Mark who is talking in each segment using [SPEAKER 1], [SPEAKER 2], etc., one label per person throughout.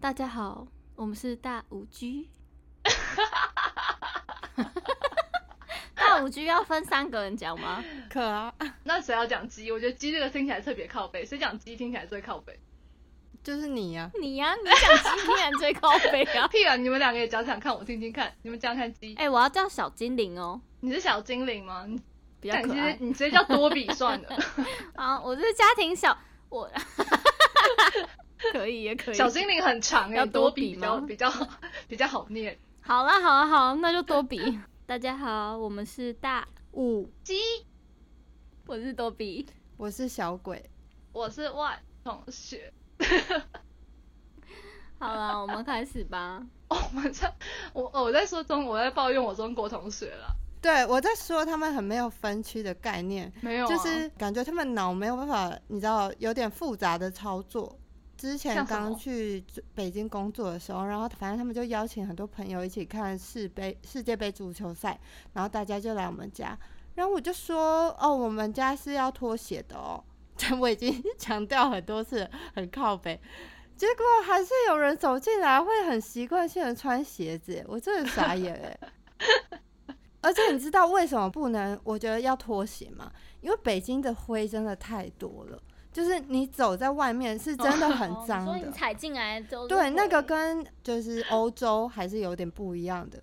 [SPEAKER 1] 大家好，我们是大五 G。大五 G 要分三个人讲吗？
[SPEAKER 2] 可啊，
[SPEAKER 3] 那谁要讲鸡？我觉得鸡这个听起来特别靠背，谁讲鸡听起来最靠背？
[SPEAKER 2] 就是你呀、
[SPEAKER 1] 你呀、你讲鸡然最高飞啊！
[SPEAKER 3] 屁啊！你们两个也讲讲看，我听听看。你们讲看鸡，
[SPEAKER 1] 哎、我要叫小精灵哦，
[SPEAKER 3] 你是小精灵吗？你
[SPEAKER 1] 比较
[SPEAKER 3] 但你
[SPEAKER 1] 可
[SPEAKER 3] 直接
[SPEAKER 1] 爱
[SPEAKER 3] 你直接叫多比 算了。
[SPEAKER 1] 啊！我是家庭小我， 可以也可以。
[SPEAKER 3] 小精灵很长哎、
[SPEAKER 1] 要多
[SPEAKER 3] 多
[SPEAKER 1] 比
[SPEAKER 3] 比较
[SPEAKER 1] 吗
[SPEAKER 3] 比较 比较好念。
[SPEAKER 1] 好啦好啦好啦，那就多比。大家好，我们是大，
[SPEAKER 2] 五，
[SPEAKER 3] 鸡，
[SPEAKER 1] 我是多比。
[SPEAKER 2] 我是小鬼，
[SPEAKER 3] 我是万同学。
[SPEAKER 1] 好啦，我们开始吧。
[SPEAKER 3] 哦，我们在我哦我在说中，我在抱怨我中国同学了。
[SPEAKER 2] 对我在说他们很没有分区的概念，
[SPEAKER 3] 没有、啊，
[SPEAKER 2] 就是感觉他们脑没有办法，你知道，有点复杂的操作。之前
[SPEAKER 3] 像什么
[SPEAKER 2] 刚去北京工作的时候，然后反正他们就邀请很多朋友一起看世杯世界杯足球赛，然后大家就来我们家，然后我就说哦，我们家是要脱鞋的哦， 我已经强调很多次了，很靠北。结果还是有人走进来，会很习惯性的穿鞋子，我真的傻 眼哎、而且你知道为什么不能？我觉得要脱鞋吗？因为北京的灰真的太多了，就是你走在外面是真的 很脏
[SPEAKER 1] 所以
[SPEAKER 2] 的。
[SPEAKER 1] 哦你踩进来就
[SPEAKER 2] 对，那个跟就是欧洲还是有点不一样的。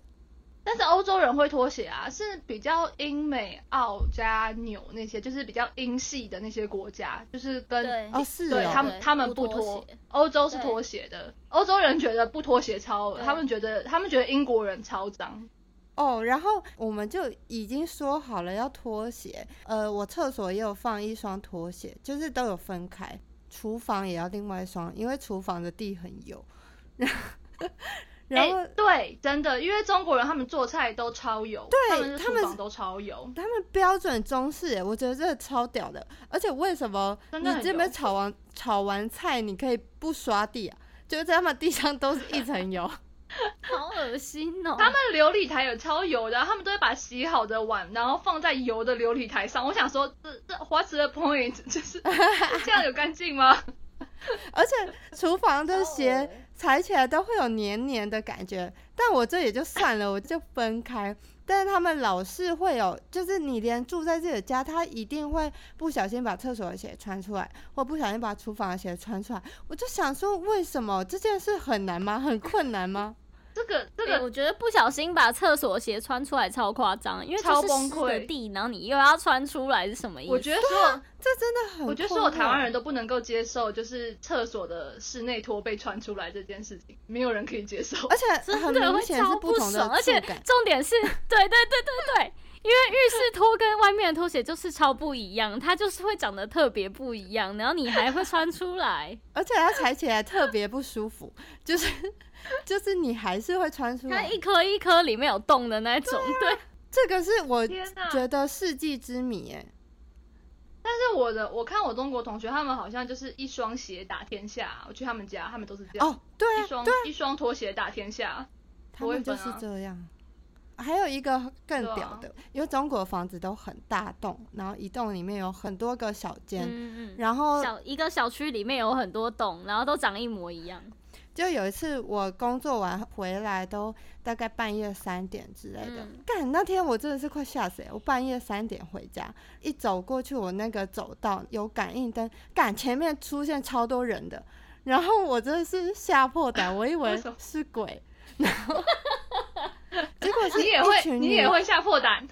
[SPEAKER 3] 但是欧洲人会拖鞋啊，是比较英美澳加纽那些，就是比较英系的那些国家，就是跟
[SPEAKER 1] 对
[SPEAKER 2] 哦，是
[SPEAKER 3] 对
[SPEAKER 2] 哦，
[SPEAKER 3] 他们他们
[SPEAKER 1] 不
[SPEAKER 3] 不
[SPEAKER 1] 拖
[SPEAKER 3] 脱
[SPEAKER 1] 鞋，
[SPEAKER 3] 欧洲是拖鞋的，欧洲人觉得不拖鞋超恶，
[SPEAKER 1] 对
[SPEAKER 3] 他们觉得他们觉得英国人超脏，
[SPEAKER 2] 哦，然后我们就已经说好了要拖鞋，呃，我厕所也有放一双拖鞋，就是都有分开，厨房也要另外一双，因为厨房的地很油。 然后
[SPEAKER 3] 哎对，真的，因为中国人他们做菜都超油，
[SPEAKER 2] 对
[SPEAKER 3] 他们的
[SPEAKER 2] 他们
[SPEAKER 3] 厨房都超油，
[SPEAKER 2] 他们标准中式欸耶，我觉得这个超屌的。而且为什么
[SPEAKER 3] 真
[SPEAKER 2] 你
[SPEAKER 3] 的很
[SPEAKER 2] 这边
[SPEAKER 3] 油
[SPEAKER 2] 炒完炒完菜，你可以不刷地啊？就是在他们地上都是一层油。
[SPEAKER 1] 好恶心哦。
[SPEAKER 3] 他们琉璃台也超油的啊，他们都会把洗好的碗，然后放在油的琉璃台上。我想说，这这 What's the point？就是 这样有干净吗？
[SPEAKER 2] 而且厨房
[SPEAKER 3] 哦
[SPEAKER 2] 的鞋踩起来都会有黏黏的感觉，但我这也就算了，我就分开。但是他们老是会有，就是你连住在自己的家，他一定会不小心把厕所的鞋穿出来，或不小心把厨房的鞋穿出来。我就想说，为什么这件事很难吗？很困难吗？
[SPEAKER 3] 这个
[SPEAKER 1] 对，
[SPEAKER 3] 这个
[SPEAKER 1] 哎
[SPEAKER 2] 哎
[SPEAKER 1] 我觉得不小心把厕所鞋穿出来超夸张，因为
[SPEAKER 3] 超
[SPEAKER 1] 就是
[SPEAKER 3] 崩
[SPEAKER 1] 湿的
[SPEAKER 3] 溃
[SPEAKER 1] 地，然后你又要穿出来是什么意思？
[SPEAKER 3] 我觉得所有，
[SPEAKER 2] 这真的啊很困惑……啊
[SPEAKER 3] 我觉得所有台湾人都不能够接受，就是厕所的室内拖被穿出来这件事情，没有人可以接受。
[SPEAKER 2] 而且
[SPEAKER 1] 真
[SPEAKER 2] 很
[SPEAKER 1] 的
[SPEAKER 2] 明
[SPEAKER 1] 会
[SPEAKER 2] 显
[SPEAKER 1] 超
[SPEAKER 2] 是同的
[SPEAKER 1] 爽，而且
[SPEAKER 2] 触感。
[SPEAKER 1] 重点是，对对对对对，因为浴室拖跟外面的拖鞋就是超不一样，它就是会长得特别不一样，然后你还会穿出 来，
[SPEAKER 2] 而且它踩起来特别不舒服，就是就是你还是会穿出
[SPEAKER 1] 它
[SPEAKER 2] 来
[SPEAKER 1] 一。颗一颗里面有洞的那种，对,、
[SPEAKER 2] 呃这个是我
[SPEAKER 3] 天哪！
[SPEAKER 2] 觉得世纪之谜哎、
[SPEAKER 3] 但是我的，我看我中国同学他们好像就是一双鞋打天下。我去他们家，他们都是这样，
[SPEAKER 2] 哦，对
[SPEAKER 3] 一
[SPEAKER 2] 啊，
[SPEAKER 3] 双一双拖鞋打天下。
[SPEAKER 2] 他们就是这样。还有一个更屌的，因为中国房子都很大栋，然后一栋里面有很多个小间，
[SPEAKER 1] 嗯嗯。
[SPEAKER 2] 然后
[SPEAKER 1] 小一个小区里面有很多洞，然后都长一模一样。
[SPEAKER 2] 就有一次我工作完回来都大概半夜三点之类的
[SPEAKER 1] 嗯，
[SPEAKER 2] 干、那天我真的是快吓死、欸！我半夜三点回家，一走过去我那个走道有感应灯，干前面出现超多人的，然后我真的是吓破胆，我以
[SPEAKER 3] 为
[SPEAKER 2] 为
[SPEAKER 3] 什么
[SPEAKER 2] 是鬼， 然后结果是
[SPEAKER 3] 你也
[SPEAKER 2] 一
[SPEAKER 3] 会，
[SPEAKER 2] 群
[SPEAKER 3] 你
[SPEAKER 2] 女
[SPEAKER 3] 也会吓破胆。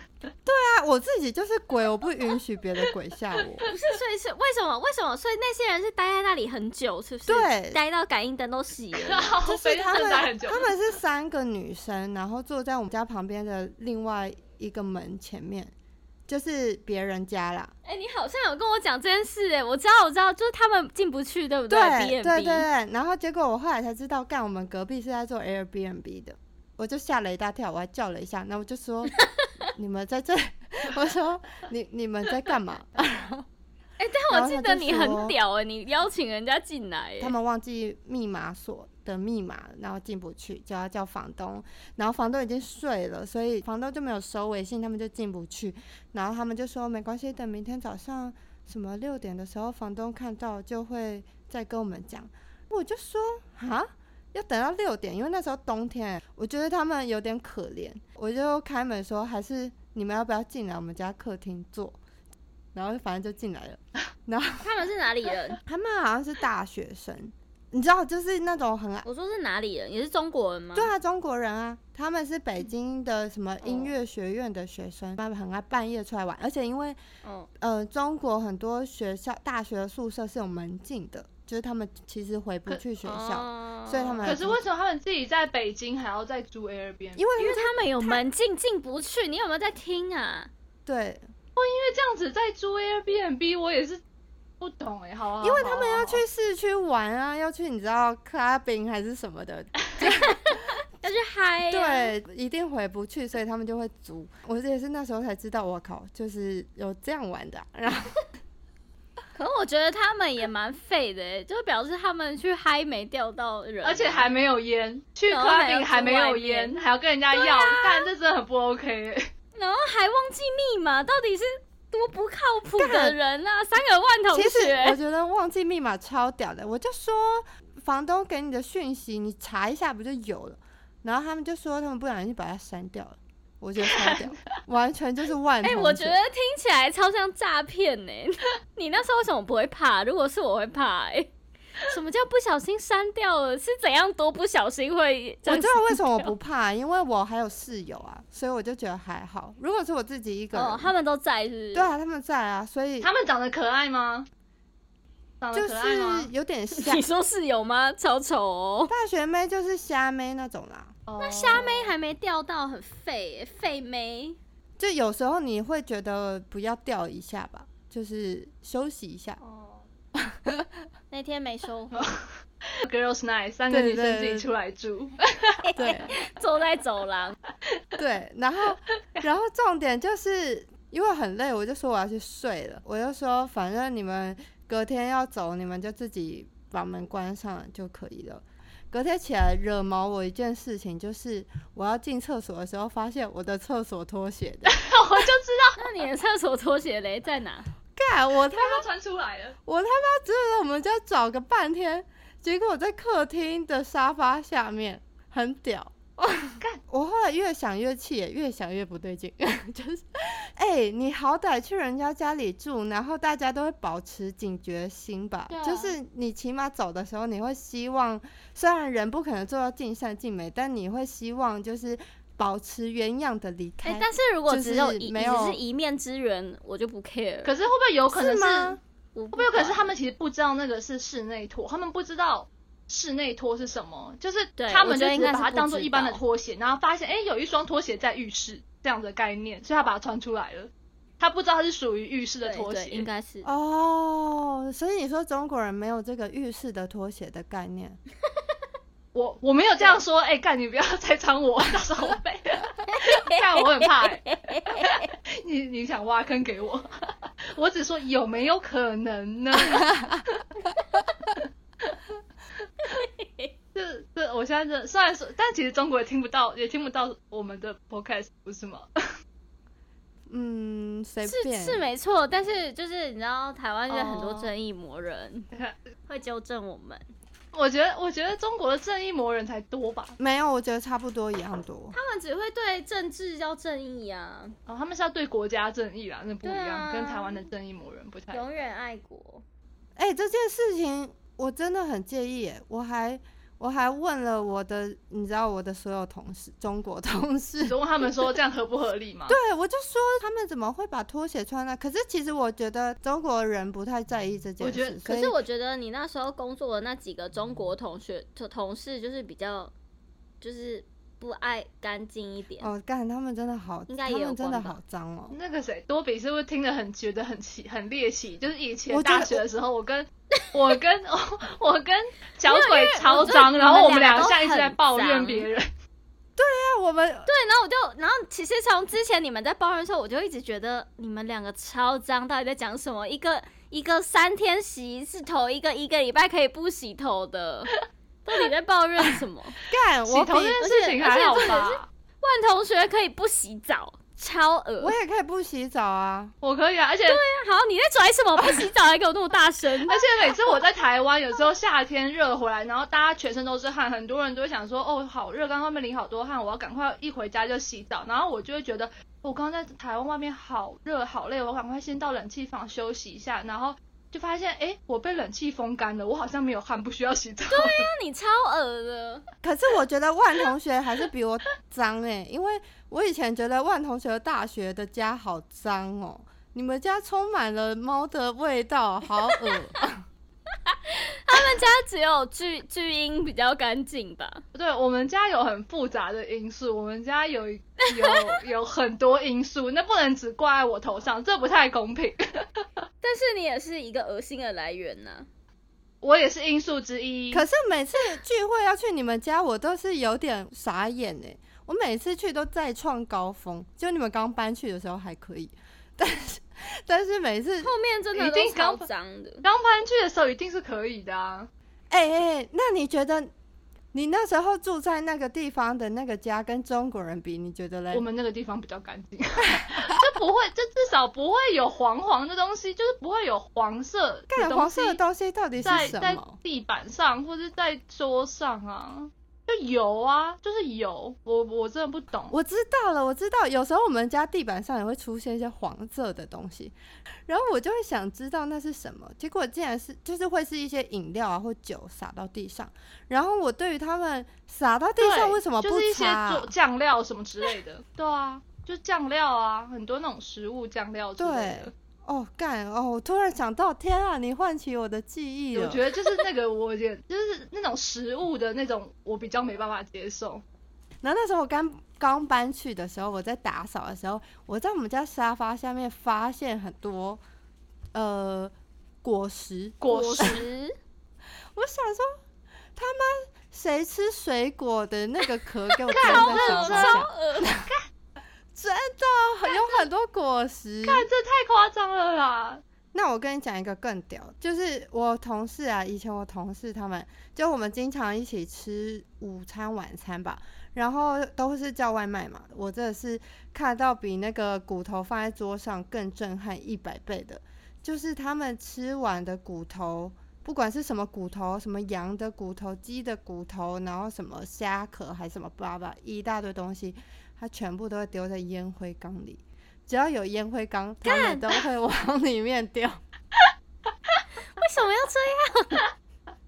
[SPEAKER 2] 啊，我自己就是鬼，我不允许别的鬼吓我。
[SPEAKER 1] 不是， 所以是为什么？为什么？所以那些人是待在那里很久，是不是？
[SPEAKER 2] 对
[SPEAKER 1] 待到感应灯都熄 了。
[SPEAKER 3] 然后
[SPEAKER 2] 就是
[SPEAKER 3] 被
[SPEAKER 2] 他
[SPEAKER 3] 震
[SPEAKER 2] 们，
[SPEAKER 3] 待很久
[SPEAKER 2] 他。们是三个女生，然后坐在我们家旁边的另外一个门前面，就是别人家啦。
[SPEAKER 1] 哎、你好像有跟我讲这件事哎、我知道，我知道，就是他们进不去，对不对
[SPEAKER 2] 对对
[SPEAKER 1] b
[SPEAKER 2] 对
[SPEAKER 1] b
[SPEAKER 2] 对，然后结果我后来才知道，干我们隔壁是在做 Airbnb 的，我就吓了一大跳，我还叫了一下，那我就 说你们在这， 我说你你们在干嘛？
[SPEAKER 1] 哎、但我记得你
[SPEAKER 2] 然后他就
[SPEAKER 1] 很
[SPEAKER 2] 说
[SPEAKER 1] 屌哎、你邀请人家进来、欸，
[SPEAKER 2] 他们忘记密码锁，的密码，然后进不去，就要叫房东。然后房东已经睡了，所以房东就没有收微信，他们就进不去。然后他们就说没关系，等明天早上什么六点的时候，房东看到就会再跟我们讲。我就说啊，要等到六点，因为那时候冬天，我觉得他们有点可怜。我就开门说，还是你们要不要进来我们家客厅坐？然后反正就进来了。
[SPEAKER 1] 他们是哪里 人？
[SPEAKER 2] 他们好像是大学生，你知道，就是那种很
[SPEAKER 1] 我说是哪里人？也是中国人吗？
[SPEAKER 2] 对啊，中国人啊，他们是北京的什么
[SPEAKER 3] 嗯
[SPEAKER 2] 音乐学院的学生，他们很爱半夜出来玩，而且因为
[SPEAKER 1] 哦，
[SPEAKER 2] 呃，中国很多学校大学的宿舍是有门禁的，就是他们其实回不
[SPEAKER 3] 可
[SPEAKER 2] 去学校，
[SPEAKER 1] 哦
[SPEAKER 2] 所以他们
[SPEAKER 3] 可是为什么他们自己在北京还要再租 Airbnb？因
[SPEAKER 2] 因为
[SPEAKER 1] 因为他们有门禁进不去，你有没有在听啊？
[SPEAKER 2] 对，
[SPEAKER 3] 为这样子在租 Airbnb，我也是不懂哎、好啊，
[SPEAKER 2] 因为他们
[SPEAKER 3] 好啊
[SPEAKER 2] 要去市区玩啊，要去你知道 clubbing 还是什么的，
[SPEAKER 1] 要去
[SPEAKER 3] 哎
[SPEAKER 1] 嗨、啊，
[SPEAKER 2] 对，一定回不去，所以他们就会租。我也是那时候才知道，我靠，就是有这样玩的啊、然后
[SPEAKER 1] 可是我觉得他们也蛮废的、欸，就表示他们去嗨没钓到人，啊
[SPEAKER 3] 而且还没有烟，去
[SPEAKER 1] 然后还要
[SPEAKER 3] clubbing 还没
[SPEAKER 1] 住
[SPEAKER 3] 有
[SPEAKER 1] 外面
[SPEAKER 3] 烟，还要跟人家
[SPEAKER 2] 啊
[SPEAKER 3] 要，但这真的很不 OK 欸。
[SPEAKER 1] 然后还忘记密码，到底是多不靠谱的人啊！三个万同
[SPEAKER 2] 其实我
[SPEAKER 1] 学，
[SPEAKER 2] 觉得忘记密码超屌的，我就说房东给你的讯息，你查一下不就有了？然后他们就说他们不小心把它删掉了，我觉得超屌， 完全就是万
[SPEAKER 1] 哎、
[SPEAKER 2] 同
[SPEAKER 1] 我觉
[SPEAKER 2] 学
[SPEAKER 1] 得听起来超像诈骗呢。 你那时候为什么不会怕？如果是我会怕、欸， 什么叫不小心删掉了？是怎样多不小心会这
[SPEAKER 2] 我
[SPEAKER 1] 样
[SPEAKER 2] 知
[SPEAKER 1] 子？
[SPEAKER 2] 道为什么我 不怕，因为我还有室友啊，所以我就觉得还好。如果是我自己一个人，
[SPEAKER 1] 哦，他们都在是不是？
[SPEAKER 2] 对啊，他们在啊，所以
[SPEAKER 3] 他们长得可爱吗？长得
[SPEAKER 2] 就
[SPEAKER 3] 可爱吗
[SPEAKER 2] 是？有点像
[SPEAKER 1] 你说室友吗？超丑哦，
[SPEAKER 2] 大学妹，就是虾妹那种啦。
[SPEAKER 3] 那
[SPEAKER 1] 虾妹还没钓到，很废、欸，废妹。
[SPEAKER 2] 就有时候你会觉得不要掉一下吧，就是休息一下。
[SPEAKER 3] 哦
[SPEAKER 1] 那天没收获，
[SPEAKER 3] ，Girls Night 三个
[SPEAKER 2] 对
[SPEAKER 3] 女生自
[SPEAKER 2] 对
[SPEAKER 3] 己出来住，
[SPEAKER 1] 哎
[SPEAKER 2] 对
[SPEAKER 1] 坐在走廊，
[SPEAKER 2] 对，然后然后重点就是因为很累，我就说我要去睡了。我就说反正你们隔天要走，你们就自己把门关上就可以了。隔天起来惹毛我一件事情，就是我要进厕所的时候，发现我的厕所拖鞋的。
[SPEAKER 3] 我就知道
[SPEAKER 1] 那你的厕所拖鞋嘞在哪？
[SPEAKER 2] 干我他
[SPEAKER 3] 他们传出来了。
[SPEAKER 2] 我他妈真的，我们家找个半天，结果我在客厅的沙发下面，很屌。我后来越想越气，越想越不对劲， 就是，哎、你好歹去人家家里住，然后大家都会保持警觉心吧。
[SPEAKER 1] 对啊
[SPEAKER 2] 就是你起码走的时候，你会希望，虽然人不可能做到尽善尽美，但你会希望就是保持原样的离
[SPEAKER 1] 哎、
[SPEAKER 2] 开。
[SPEAKER 1] 但是如果
[SPEAKER 2] 就
[SPEAKER 1] 只
[SPEAKER 2] 是
[SPEAKER 1] 有一
[SPEAKER 2] 没
[SPEAKER 1] 只
[SPEAKER 2] 有
[SPEAKER 1] 是一面之缘，我就不 care。
[SPEAKER 3] 可是会不会有可能
[SPEAKER 2] 是
[SPEAKER 3] 是？
[SPEAKER 2] 吗？
[SPEAKER 1] 我会
[SPEAKER 3] 会不会有可能是他们其实不知道那个是室内拖，他们不知道室内拖是什么，就是
[SPEAKER 1] 对
[SPEAKER 3] 他们就
[SPEAKER 1] 我觉得
[SPEAKER 3] 只
[SPEAKER 1] 应该是
[SPEAKER 3] 把它当做一般的
[SPEAKER 1] 不知道
[SPEAKER 3] 拖鞋，然后发现哎、诶有一双拖鞋在浴室这样的概念，所以他把它穿出来了。他不知道它是属于浴室的
[SPEAKER 1] 对
[SPEAKER 3] 拖
[SPEAKER 1] 对，
[SPEAKER 3] 鞋，
[SPEAKER 1] 应该是。
[SPEAKER 2] 哦，所以你说中国人没有这个浴室的拖鞋的概念。
[SPEAKER 3] 我我没有这样说，哎、干你不要再穿我， 到时候我 被干我很怕、欸。 你你想挖坑给我， 我只说有没有可能呢？ 这这，我现在这虽然说，但其实中国也听不到，也听不到我们的 podcast，不是吗？
[SPEAKER 2] 嗯，随
[SPEAKER 1] 是
[SPEAKER 2] 便
[SPEAKER 1] 是没错，但是就是你知道，台湾就是很多
[SPEAKER 3] 哦
[SPEAKER 1] 正义魔人、会纠正我们，
[SPEAKER 3] 我觉得，我觉得中国的正义魔人才多吧。
[SPEAKER 2] 没有，我觉得差不多一样多。
[SPEAKER 1] 他们只会对政治要正义啊，
[SPEAKER 3] 哦，他们是要对国家正义啦，那不一
[SPEAKER 1] 对
[SPEAKER 3] 样，
[SPEAKER 1] 啊
[SPEAKER 3] 跟台湾的正义魔人不太一样。
[SPEAKER 1] 永远爱国。
[SPEAKER 2] 哎、这件事情我真的很介意耶，我还我还问了我的，你知道我的所有同事，中国同
[SPEAKER 3] 你
[SPEAKER 2] 事，
[SPEAKER 3] 就问他们说这样合不合理吗？
[SPEAKER 2] 对我就说他们怎么会把拖鞋穿在？可是其实我觉得中国人不太在意这件
[SPEAKER 3] 我觉得
[SPEAKER 2] 事，所
[SPEAKER 1] 可
[SPEAKER 2] 以
[SPEAKER 1] 是我觉得你那时候工作的那几个中国同学同同事，就是比较就是不爱干净一点。
[SPEAKER 2] 哦，干他们真的好，
[SPEAKER 1] 应该
[SPEAKER 2] 他
[SPEAKER 1] 也有
[SPEAKER 2] 们真的
[SPEAKER 1] 关吧
[SPEAKER 2] 好脏哦。
[SPEAKER 3] 那个谁，多比是不是听得很觉得很奇很猎奇？就是以前
[SPEAKER 2] 我觉得
[SPEAKER 3] 大学的时候，我跟 我跟我跟小
[SPEAKER 1] 没有
[SPEAKER 3] 鬼
[SPEAKER 1] 因为
[SPEAKER 3] 超
[SPEAKER 1] 我觉得
[SPEAKER 3] 脏，然后
[SPEAKER 1] 我
[SPEAKER 3] 我
[SPEAKER 1] 们
[SPEAKER 3] 们
[SPEAKER 1] 俩
[SPEAKER 3] 俩
[SPEAKER 1] 都
[SPEAKER 3] 像一直在
[SPEAKER 1] 很
[SPEAKER 3] 抱
[SPEAKER 1] 脏
[SPEAKER 3] 怨别人。
[SPEAKER 2] 那我们
[SPEAKER 1] 对，然后我就，然后其实从之前你们在抱怨的时候，我就一直觉得你们两个超脏，到底在讲什么？一个一个三天洗一次头，一个一个礼拜可以不洗头的，到底在抱怨什 么？
[SPEAKER 2] 干
[SPEAKER 3] 洗
[SPEAKER 2] 我比
[SPEAKER 3] 头这件事情
[SPEAKER 1] 而且
[SPEAKER 3] 还好
[SPEAKER 1] 而且重点是
[SPEAKER 3] 吧？
[SPEAKER 1] 万同学可以不洗澡，超恶
[SPEAKER 2] 我也可以不洗澡啊，
[SPEAKER 3] 我可以啊，而且
[SPEAKER 1] 好，你在拽什么？不洗澡还给我那么大 声？
[SPEAKER 3] 而且每次我在台湾，有时候夏天热回来，然后大家全身都是汗，很多人都会想说，哦，好热，刚刚外面淋好多汗，我要赶快一回家就洗澡。然后我就会觉得，哦我刚刚在台湾外面好热好累，我赶快先到冷气房休息一下，然后就发现，哎，我被冷气风干了，我好像没有汗，不需要洗澡。
[SPEAKER 1] 那你超恶的，
[SPEAKER 2] 可是我觉得万同学还是比我脏哎、因为我以前觉得万同学大学的家好脏哦、你们家充满了猫的味道，好恶。
[SPEAKER 1] 他们家只有巨巨婴比较干净吧？
[SPEAKER 3] 对我们家有很复杂的因素，我们家有有有很多因素，那不能只挂在我头上，这不太公平。
[SPEAKER 1] 但是你也是一个恶心的来源呐、
[SPEAKER 3] 我也是因素之一。
[SPEAKER 2] 可是每次聚会要去你们家，我都是有点傻眼哎、我每次去都再创高峰，就你们刚搬去的时候还可以，但是但 是每次
[SPEAKER 1] 后面真的
[SPEAKER 3] 一
[SPEAKER 1] 都
[SPEAKER 3] 定
[SPEAKER 1] 超
[SPEAKER 3] 搞
[SPEAKER 1] 脏的，
[SPEAKER 3] 刚搬去的时候一定是可以的啊。
[SPEAKER 2] 哎哎、哎那你觉得你那时候住在那个地方的那个家跟中国人比，你觉得嘞？
[SPEAKER 3] 我们那个地方比较干净， 就不会，就至少不会有黄黄的东西，就是不会有黄色
[SPEAKER 2] 干
[SPEAKER 3] 的
[SPEAKER 2] 黄
[SPEAKER 3] 东
[SPEAKER 2] 色的
[SPEAKER 3] 西
[SPEAKER 2] 东西到底是
[SPEAKER 3] 在
[SPEAKER 2] 什
[SPEAKER 3] 在
[SPEAKER 2] 么？
[SPEAKER 3] 地板上或是在桌上啊，就油啊，就是油，我我真的不懂。
[SPEAKER 2] 我知道了，我知道，有时候我们家地板上也会出现一些黄色的东西，然后我就会想知道那是什么，结果竟然是就是会是一些饮料啊或酒洒到地上，然后我对于他们洒到地上
[SPEAKER 3] 对
[SPEAKER 2] 为什么不
[SPEAKER 3] 就是一些
[SPEAKER 2] 擦啊、
[SPEAKER 3] 做酱料什么之类 的，对啊，就酱料啊，很多那种食物酱料之类的。
[SPEAKER 2] 哦，干哦！我突然想到，天啊，你唤起我的记忆
[SPEAKER 3] 我
[SPEAKER 2] 了。
[SPEAKER 3] 觉得就是那个，我也就是那种食物的那种，我比较没办法接受。
[SPEAKER 2] 然后那时候我刚刚搬去的时候，我在打扫的时候，我在我们家沙发下面发现很多呃果实，
[SPEAKER 3] 果实
[SPEAKER 1] 实。
[SPEAKER 2] 我想说他妈谁吃水果的那个壳给我丢在沙
[SPEAKER 1] 超
[SPEAKER 2] 发下，
[SPEAKER 1] 恶，
[SPEAKER 2] 真的有很多果实。
[SPEAKER 3] 但啊这太夸张了啦！
[SPEAKER 2] 那我跟你讲一个更屌，就是我同事啊，以前我同事他们，就我们经常一起吃午餐、晚餐吧，然后都是叫外卖嘛。我这是看到比那个骨头放在桌上更震撼一百倍的，就是他们吃完的骨头，不管是什么骨头，什么羊的骨头、鸡的骨头，然后什么虾壳还是什么巴拉一大堆东西，他全部都会丢在烟灰缸里。只要有烟灰缸，他们都会往里面丢。
[SPEAKER 1] 为什么要这样？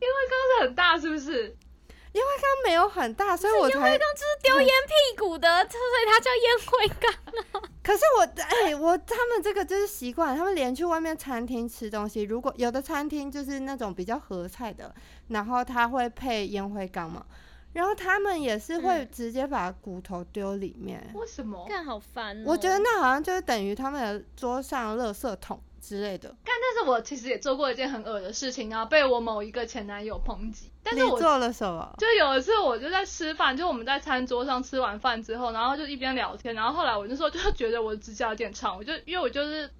[SPEAKER 3] 因为缸子很大，是不是？
[SPEAKER 2] 烟灰缸没有很大，所以我才。
[SPEAKER 1] 刚就是丢烟屁股的，所以它叫烟灰缸。
[SPEAKER 2] 可是我哎、我他们这个就是习惯，他们连去外面餐厅吃东西，如果有的餐厅就是那种比较合菜的，然后他会配烟灰缸嘛，然后他们也是会
[SPEAKER 1] 嗯
[SPEAKER 2] 直接把骨头丢里面。
[SPEAKER 3] 为什么？
[SPEAKER 1] 看好烦、哦，
[SPEAKER 2] 我觉得那好像就是等于他们的桌上垃圾桶之类的。
[SPEAKER 3] 但但是我其实也做过一件很恶的事情，然后被我某一个前男友抨击。但
[SPEAKER 2] 你
[SPEAKER 3] 是我
[SPEAKER 2] 做了什么？
[SPEAKER 3] 就有一次，我就在吃饭，就我们在餐桌上吃完饭之后，然后就一边聊天，然后后来我那时候就觉得我的指甲有点长，我就因为我就是。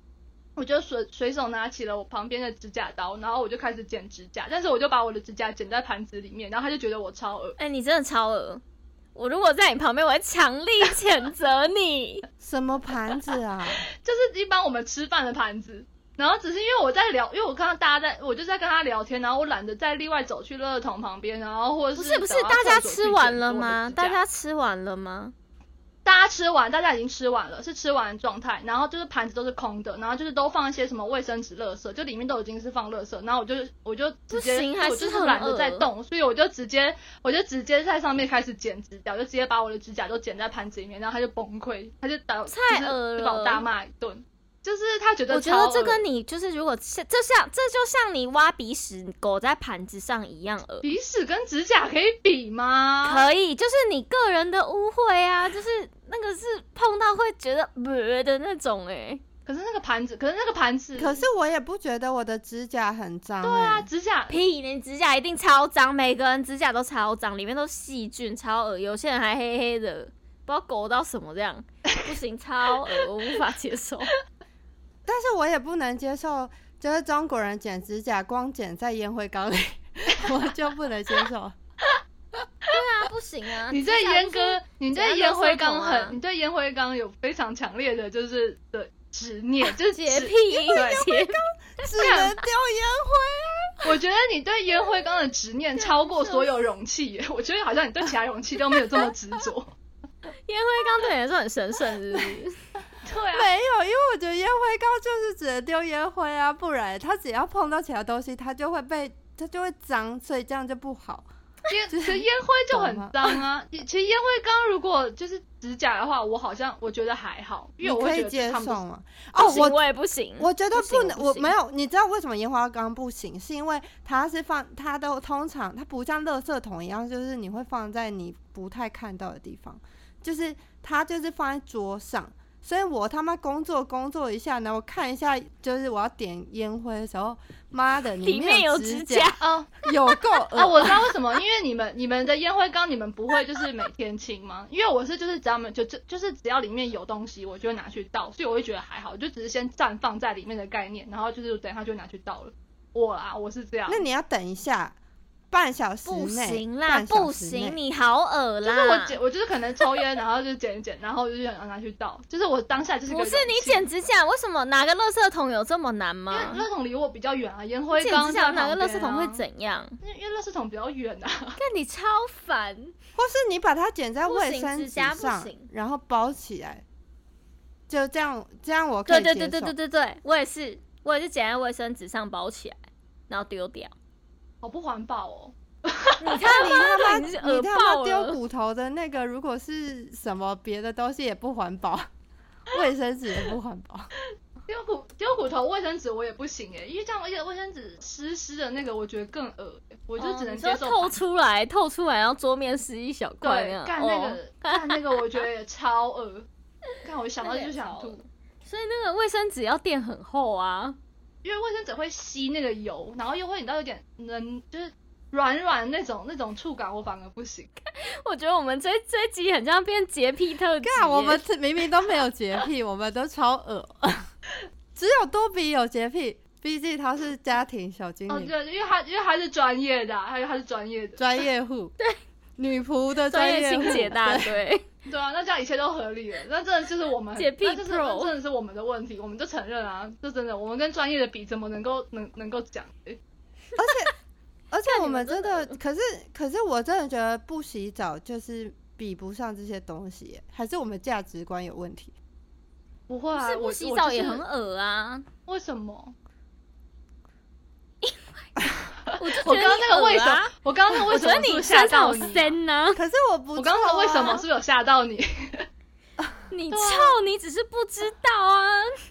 [SPEAKER 3] 我就随随手拿起了我旁边的指甲刀，然后我就开始剪指甲，但是我就把我的指甲剪在盘子里面，然后他就觉得我超恶，
[SPEAKER 1] 哎、你真的超恶。我如果在你旁边，我会强力谴责你。
[SPEAKER 2] 什么盘子 啊？
[SPEAKER 3] 就是一般我们吃饭的盘子。然后只是因为我在聊，因为我看到大家在，我就在跟他聊天，然后我懒得再另外走去垃圾桶旁边，然后或 者
[SPEAKER 1] 不
[SPEAKER 3] 是
[SPEAKER 1] 是不是
[SPEAKER 3] 找，到
[SPEAKER 1] 大家
[SPEAKER 3] 厕所去
[SPEAKER 1] 吃完
[SPEAKER 3] 剪
[SPEAKER 1] 了
[SPEAKER 3] 我的
[SPEAKER 1] 吗？
[SPEAKER 3] 指甲
[SPEAKER 1] 大家吃完了吗？
[SPEAKER 3] 大家吃完，大家已经吃完了，是吃完的状态，然后就是盘子都是空的，然后就是都放一些什么卫生纸、垃圾，就里面都已经是放垃圾，然后我就我就直接
[SPEAKER 1] 不行还是
[SPEAKER 3] 我就是懒得再
[SPEAKER 1] 很恶
[SPEAKER 3] 动，所以我就直接我就直接在上面开始剪指甲，我就直接把我的指甲都剪在盘子里面，然后他就崩溃，他就
[SPEAKER 1] 太
[SPEAKER 3] 打就是
[SPEAKER 1] 恶
[SPEAKER 3] 就把我
[SPEAKER 1] 了
[SPEAKER 3] 大骂一顿，就是他觉得
[SPEAKER 1] 我觉
[SPEAKER 3] 超
[SPEAKER 1] 得
[SPEAKER 3] 恶
[SPEAKER 1] 这跟你就是，如果像这像这就像你挖鼻屎狗在盘子上一样恶。
[SPEAKER 3] 鼻屎跟指甲可以比吗？
[SPEAKER 1] 可以，就是你个人的污秽啊，就是那个是碰到会觉得呃的那种哎、
[SPEAKER 3] 可是那个盘子，可是那个盘子，
[SPEAKER 2] 可是我也不觉得我的指甲很脏、
[SPEAKER 3] 嗯对啊，
[SPEAKER 2] 哎
[SPEAKER 3] 指甲
[SPEAKER 1] 屁！你指甲一定超脏，每个人指甲都超脏，里面都细菌，超恶。有些人还黑黑的，不知道狗到什么这样，不行，超恶，我无法接 受。
[SPEAKER 2] 但是我也不能接受，就是中国人剪指甲光剪在烟灰缸里， 我就不能接 受。
[SPEAKER 1] 对啊，不行啊！
[SPEAKER 3] 你
[SPEAKER 1] 指甲
[SPEAKER 3] 对烟
[SPEAKER 1] 不是
[SPEAKER 3] 哥，你
[SPEAKER 1] 怎样都
[SPEAKER 3] 对烟灰
[SPEAKER 1] 收走
[SPEAKER 3] 缸
[SPEAKER 1] 啊
[SPEAKER 3] 很，你对烟灰缸有非常强烈的就是的执 念，就是
[SPEAKER 1] 洁
[SPEAKER 3] 执
[SPEAKER 1] 癖，洁癖
[SPEAKER 2] 只能丢烟灰。
[SPEAKER 3] 我觉得你对烟灰缸的执念超过所有容器耶，我觉得好像你对其他容器都没有这么执 着。
[SPEAKER 1] 烟灰缸对你来说很神圣，是不 是？
[SPEAKER 3] 对啊，
[SPEAKER 2] 没有，因为我觉得烟灰缸就是只能丢烟灰啊，不然它只要碰到其他东西，它就会被它就会脏，所以这样就不好。
[SPEAKER 3] 烟其实烟灰就
[SPEAKER 2] 懂吗
[SPEAKER 3] 很脏啊。其实烟灰缸如果就是指甲的话，我好像我觉得还好，因为
[SPEAKER 2] 你
[SPEAKER 3] 我
[SPEAKER 2] 可
[SPEAKER 3] 会觉
[SPEAKER 2] 以
[SPEAKER 3] 得
[SPEAKER 2] 接
[SPEAKER 3] 他
[SPEAKER 2] 受
[SPEAKER 3] 们都是
[SPEAKER 2] 吗？哦，
[SPEAKER 1] 不行
[SPEAKER 2] 我
[SPEAKER 1] 我也不行，
[SPEAKER 2] 我觉
[SPEAKER 1] 嗯
[SPEAKER 2] 得
[SPEAKER 1] 不行
[SPEAKER 2] 不能，
[SPEAKER 1] 我不
[SPEAKER 2] 我
[SPEAKER 1] 行
[SPEAKER 2] 没有，你知道为什么烟花缸不行？是因为它是放，它都通常它不像垃圾桶一样，就是你会放在你不太看到的地方，就是它就是放在桌上。所以我他妈工作工作一下呢，我看一下，就是我要点烟灰的时候，妈的，
[SPEAKER 1] 里
[SPEAKER 2] 里
[SPEAKER 1] 面有指
[SPEAKER 2] 指
[SPEAKER 1] 甲，
[SPEAKER 3] 哦
[SPEAKER 2] 有够
[SPEAKER 3] 啊，
[SPEAKER 2] 恶
[SPEAKER 3] 我知
[SPEAKER 1] 呃
[SPEAKER 3] 道为什么，因为你们你们的烟灰缸你们不会就是每天清吗？因为我是就是只要没就就就是只要里面有东西，我就会拿去倒，所以我会觉得还好，就只是先暂放在里面的概念，然后就是等一下就拿去倒了。我啦，我是这样
[SPEAKER 2] 那。你要等一下，半小时
[SPEAKER 1] 不
[SPEAKER 2] 内
[SPEAKER 1] 行啦，
[SPEAKER 2] 半小时
[SPEAKER 1] 不行，
[SPEAKER 2] 内
[SPEAKER 1] 你好恶
[SPEAKER 3] 就是我
[SPEAKER 1] 啦！
[SPEAKER 3] 捡，我就是可能抽烟，然后就捡一捡，然后就想拿去倒。就是我当下就是一个
[SPEAKER 1] 不是
[SPEAKER 3] 勇
[SPEAKER 1] 你
[SPEAKER 3] 气，
[SPEAKER 1] 剪指甲，为什么拿个垃圾桶有这么难
[SPEAKER 3] 因为
[SPEAKER 1] 吗？
[SPEAKER 3] 垃圾桶离我比较远啊，烟灰
[SPEAKER 1] 剪
[SPEAKER 3] 缸
[SPEAKER 1] 指甲
[SPEAKER 3] 在
[SPEAKER 1] 拿个
[SPEAKER 3] 旁
[SPEAKER 1] 垃
[SPEAKER 3] 边
[SPEAKER 1] 圾桶会
[SPEAKER 3] 啊？
[SPEAKER 1] 怎样？
[SPEAKER 3] 因为因为垃圾桶比较远啊，
[SPEAKER 1] 看你超烦，
[SPEAKER 2] 或是你把它剪在卫生
[SPEAKER 1] 不行指
[SPEAKER 2] 纸
[SPEAKER 1] 甲不
[SPEAKER 2] 上
[SPEAKER 1] 行，
[SPEAKER 2] 然后包起来，就这样，这样我
[SPEAKER 1] 对
[SPEAKER 2] 可以
[SPEAKER 1] 对
[SPEAKER 2] 接
[SPEAKER 1] 对对
[SPEAKER 2] 受
[SPEAKER 1] 对对对，我也是，我也是剪在卫生纸上包起来，然后丢 掉。
[SPEAKER 3] 好不环保哦。
[SPEAKER 1] 你看
[SPEAKER 2] 你他妈
[SPEAKER 1] 你是
[SPEAKER 2] 你
[SPEAKER 1] 恶
[SPEAKER 2] 他
[SPEAKER 1] 爆
[SPEAKER 2] 妈丢
[SPEAKER 1] 了，
[SPEAKER 2] 骨头的那个，如果是什么别的东西也不环 保，卫生纸也不环保。
[SPEAKER 3] 丢骨丢骨头卫生纸我也不行哎，因为这样而且卫生纸湿湿的那个我觉得更恶欸，我
[SPEAKER 1] 我
[SPEAKER 3] 就只能接受
[SPEAKER 1] 啊透
[SPEAKER 3] 盘。
[SPEAKER 1] 出来，透出来，然后桌面撕一小块
[SPEAKER 3] 对，
[SPEAKER 1] 样。
[SPEAKER 3] 干那
[SPEAKER 1] 哦
[SPEAKER 3] 个干那个我觉得也超恶，看我想到
[SPEAKER 1] 那个
[SPEAKER 3] 就
[SPEAKER 1] 也
[SPEAKER 3] 想
[SPEAKER 1] 超恶
[SPEAKER 3] 吐，
[SPEAKER 1] 所以那个卫生纸要垫很厚啊，
[SPEAKER 3] 因为卫生纸会吸那个油，然后又会你知道有点能就是软软那种那种触感我反而不行。
[SPEAKER 1] 我觉得我们这这一集很像变洁癖特辑耶。
[SPEAKER 2] 干，我们这明明都没有洁癖，我们都超恶， 只有多比有洁癖，毕竟他是家庭小精
[SPEAKER 3] 哦，
[SPEAKER 2] 灵，
[SPEAKER 3] 对，因为他因为他是专业的、啊，还有他是专业的，
[SPEAKER 2] 专业 户，对，女仆的
[SPEAKER 1] 专业
[SPEAKER 2] 业
[SPEAKER 1] 清
[SPEAKER 2] 户
[SPEAKER 1] 洁大
[SPEAKER 2] 对
[SPEAKER 1] 队，
[SPEAKER 3] 对啊，那这样一切都合理了。那真的就是我们，
[SPEAKER 1] 洁癖
[SPEAKER 3] 那就是那
[SPEAKER 1] pro
[SPEAKER 3] 真的是我们的问题，我们就承认啊，这真的，我们跟专业的比，怎么能够能能够讲？诶
[SPEAKER 2] 而且
[SPEAKER 1] 你
[SPEAKER 2] 我
[SPEAKER 1] 们
[SPEAKER 2] 们
[SPEAKER 1] 真
[SPEAKER 2] 真的，可是可是我真的觉得不洗澡就是比不上这些东西耶，还是我们价值观有问题？
[SPEAKER 3] 不会
[SPEAKER 1] 不
[SPEAKER 3] 啊，
[SPEAKER 1] 是
[SPEAKER 3] 我
[SPEAKER 1] 不洗澡也很
[SPEAKER 3] 我
[SPEAKER 1] 恶啊。
[SPEAKER 3] 就是为什么？
[SPEAKER 1] 我就
[SPEAKER 3] 我
[SPEAKER 1] 觉得
[SPEAKER 3] 刚刚那个为
[SPEAKER 1] 你
[SPEAKER 3] 什
[SPEAKER 1] 恶啊
[SPEAKER 3] 么？？我刚刚那个为
[SPEAKER 1] 我
[SPEAKER 3] 什
[SPEAKER 1] 觉
[SPEAKER 3] 么
[SPEAKER 1] 得
[SPEAKER 3] 是不
[SPEAKER 1] 你
[SPEAKER 3] 是吓
[SPEAKER 1] 身上
[SPEAKER 3] 到
[SPEAKER 1] 有
[SPEAKER 3] 你啊？
[SPEAKER 1] 深呢、
[SPEAKER 2] 可是我不、啊
[SPEAKER 3] 我刚刚那个为什么是不？是有吓到你？
[SPEAKER 1] 你
[SPEAKER 3] 啊
[SPEAKER 1] 臭，你只是不知道啊，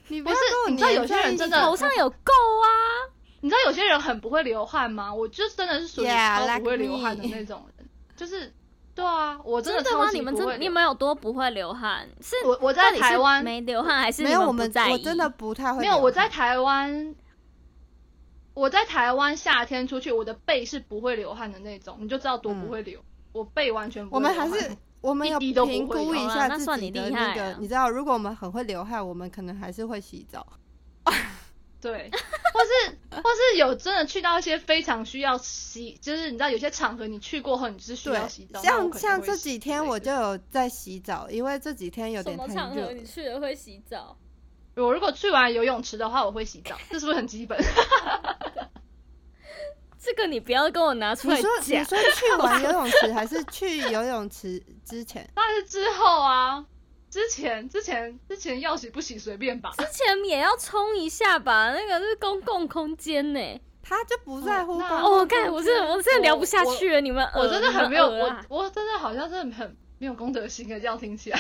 [SPEAKER 2] 你
[SPEAKER 3] 不
[SPEAKER 2] 要
[SPEAKER 3] 是
[SPEAKER 2] 跟我
[SPEAKER 3] 你知道
[SPEAKER 2] 黏
[SPEAKER 3] 有些
[SPEAKER 2] 在
[SPEAKER 3] 人
[SPEAKER 2] 一
[SPEAKER 3] 真
[SPEAKER 2] 起
[SPEAKER 3] 的
[SPEAKER 1] 头上有垢啊。
[SPEAKER 3] 你知道有些人很不会流汗吗？我就真的是属于
[SPEAKER 2] Yeah,
[SPEAKER 3] 超不会
[SPEAKER 2] like
[SPEAKER 3] 流汗 的
[SPEAKER 2] me
[SPEAKER 3] 那种人，就是对啊，我真的
[SPEAKER 1] 的
[SPEAKER 3] 超
[SPEAKER 1] 吗？
[SPEAKER 3] 级
[SPEAKER 1] 你们
[SPEAKER 3] 不
[SPEAKER 1] 真
[SPEAKER 3] 会
[SPEAKER 1] 的你
[SPEAKER 3] 流
[SPEAKER 1] 们有多不会流汗？是
[SPEAKER 3] 我我
[SPEAKER 1] 到
[SPEAKER 3] 在
[SPEAKER 1] 底是
[SPEAKER 3] 台湾
[SPEAKER 1] 没流汗，还是
[SPEAKER 2] 没
[SPEAKER 1] 你
[SPEAKER 2] 有我
[SPEAKER 1] 们不
[SPEAKER 2] 们
[SPEAKER 1] 在意？
[SPEAKER 2] 我真的不太会
[SPEAKER 3] 没有，
[SPEAKER 2] 聊
[SPEAKER 3] 我在台湾，我在台湾夏天出去，我的背是不会流汗的那种，你就知道多不
[SPEAKER 1] 嗯
[SPEAKER 3] 会流。我背完全不
[SPEAKER 2] 我
[SPEAKER 3] 会流汗。
[SPEAKER 2] 们还是我们
[SPEAKER 3] 一
[SPEAKER 2] 有
[SPEAKER 3] 滴都不
[SPEAKER 2] 评
[SPEAKER 3] 会
[SPEAKER 2] 估
[SPEAKER 1] 有
[SPEAKER 2] 一
[SPEAKER 1] 啊
[SPEAKER 2] 下
[SPEAKER 1] 那
[SPEAKER 2] 自
[SPEAKER 1] 算
[SPEAKER 2] 己
[SPEAKER 1] 你
[SPEAKER 2] 的
[SPEAKER 1] 厉
[SPEAKER 2] 那
[SPEAKER 1] 害
[SPEAKER 2] 个，
[SPEAKER 1] 啊
[SPEAKER 2] 你知道，如果我们很会流汗，我们可能还是会洗澡。
[SPEAKER 3] 对， 或是或是有真的去到一些非常需要洗，就是你知道有些场合你去过后，你就是需
[SPEAKER 2] 对
[SPEAKER 3] 要洗，澡。那我
[SPEAKER 2] 像
[SPEAKER 3] 可能
[SPEAKER 2] 像
[SPEAKER 3] 会
[SPEAKER 2] 这
[SPEAKER 3] 洗
[SPEAKER 2] 几
[SPEAKER 3] 之
[SPEAKER 2] 天
[SPEAKER 3] 类
[SPEAKER 2] 我
[SPEAKER 3] 的
[SPEAKER 2] 就有在洗澡，因为这几天有点太热了。
[SPEAKER 1] 去了会洗澡？
[SPEAKER 3] 我如果去完游泳池的话，我会洗澡，这是不是很基本？
[SPEAKER 1] 这个你不要跟我拿出
[SPEAKER 2] 你
[SPEAKER 1] 来
[SPEAKER 2] 说你
[SPEAKER 1] 讲。
[SPEAKER 2] 说去玩游泳池还是去游泳池之前？
[SPEAKER 3] 但是之后啊，之前之前之前要洗不洗随便吧。
[SPEAKER 1] 之前也要冲一下吧，那个是公共空间呢、
[SPEAKER 2] 他就不在乎
[SPEAKER 3] 那
[SPEAKER 2] 公
[SPEAKER 1] 哦，
[SPEAKER 2] 共
[SPEAKER 1] 干，
[SPEAKER 2] 空
[SPEAKER 1] 我
[SPEAKER 2] 间
[SPEAKER 1] 真的我真的聊不下去了，你们
[SPEAKER 3] 我
[SPEAKER 1] 恶
[SPEAKER 3] 真的
[SPEAKER 1] 你们
[SPEAKER 3] 很没有，
[SPEAKER 1] 恶
[SPEAKER 3] 我
[SPEAKER 1] 啊
[SPEAKER 3] 我真的好像是很没有公德心的，这样听起来。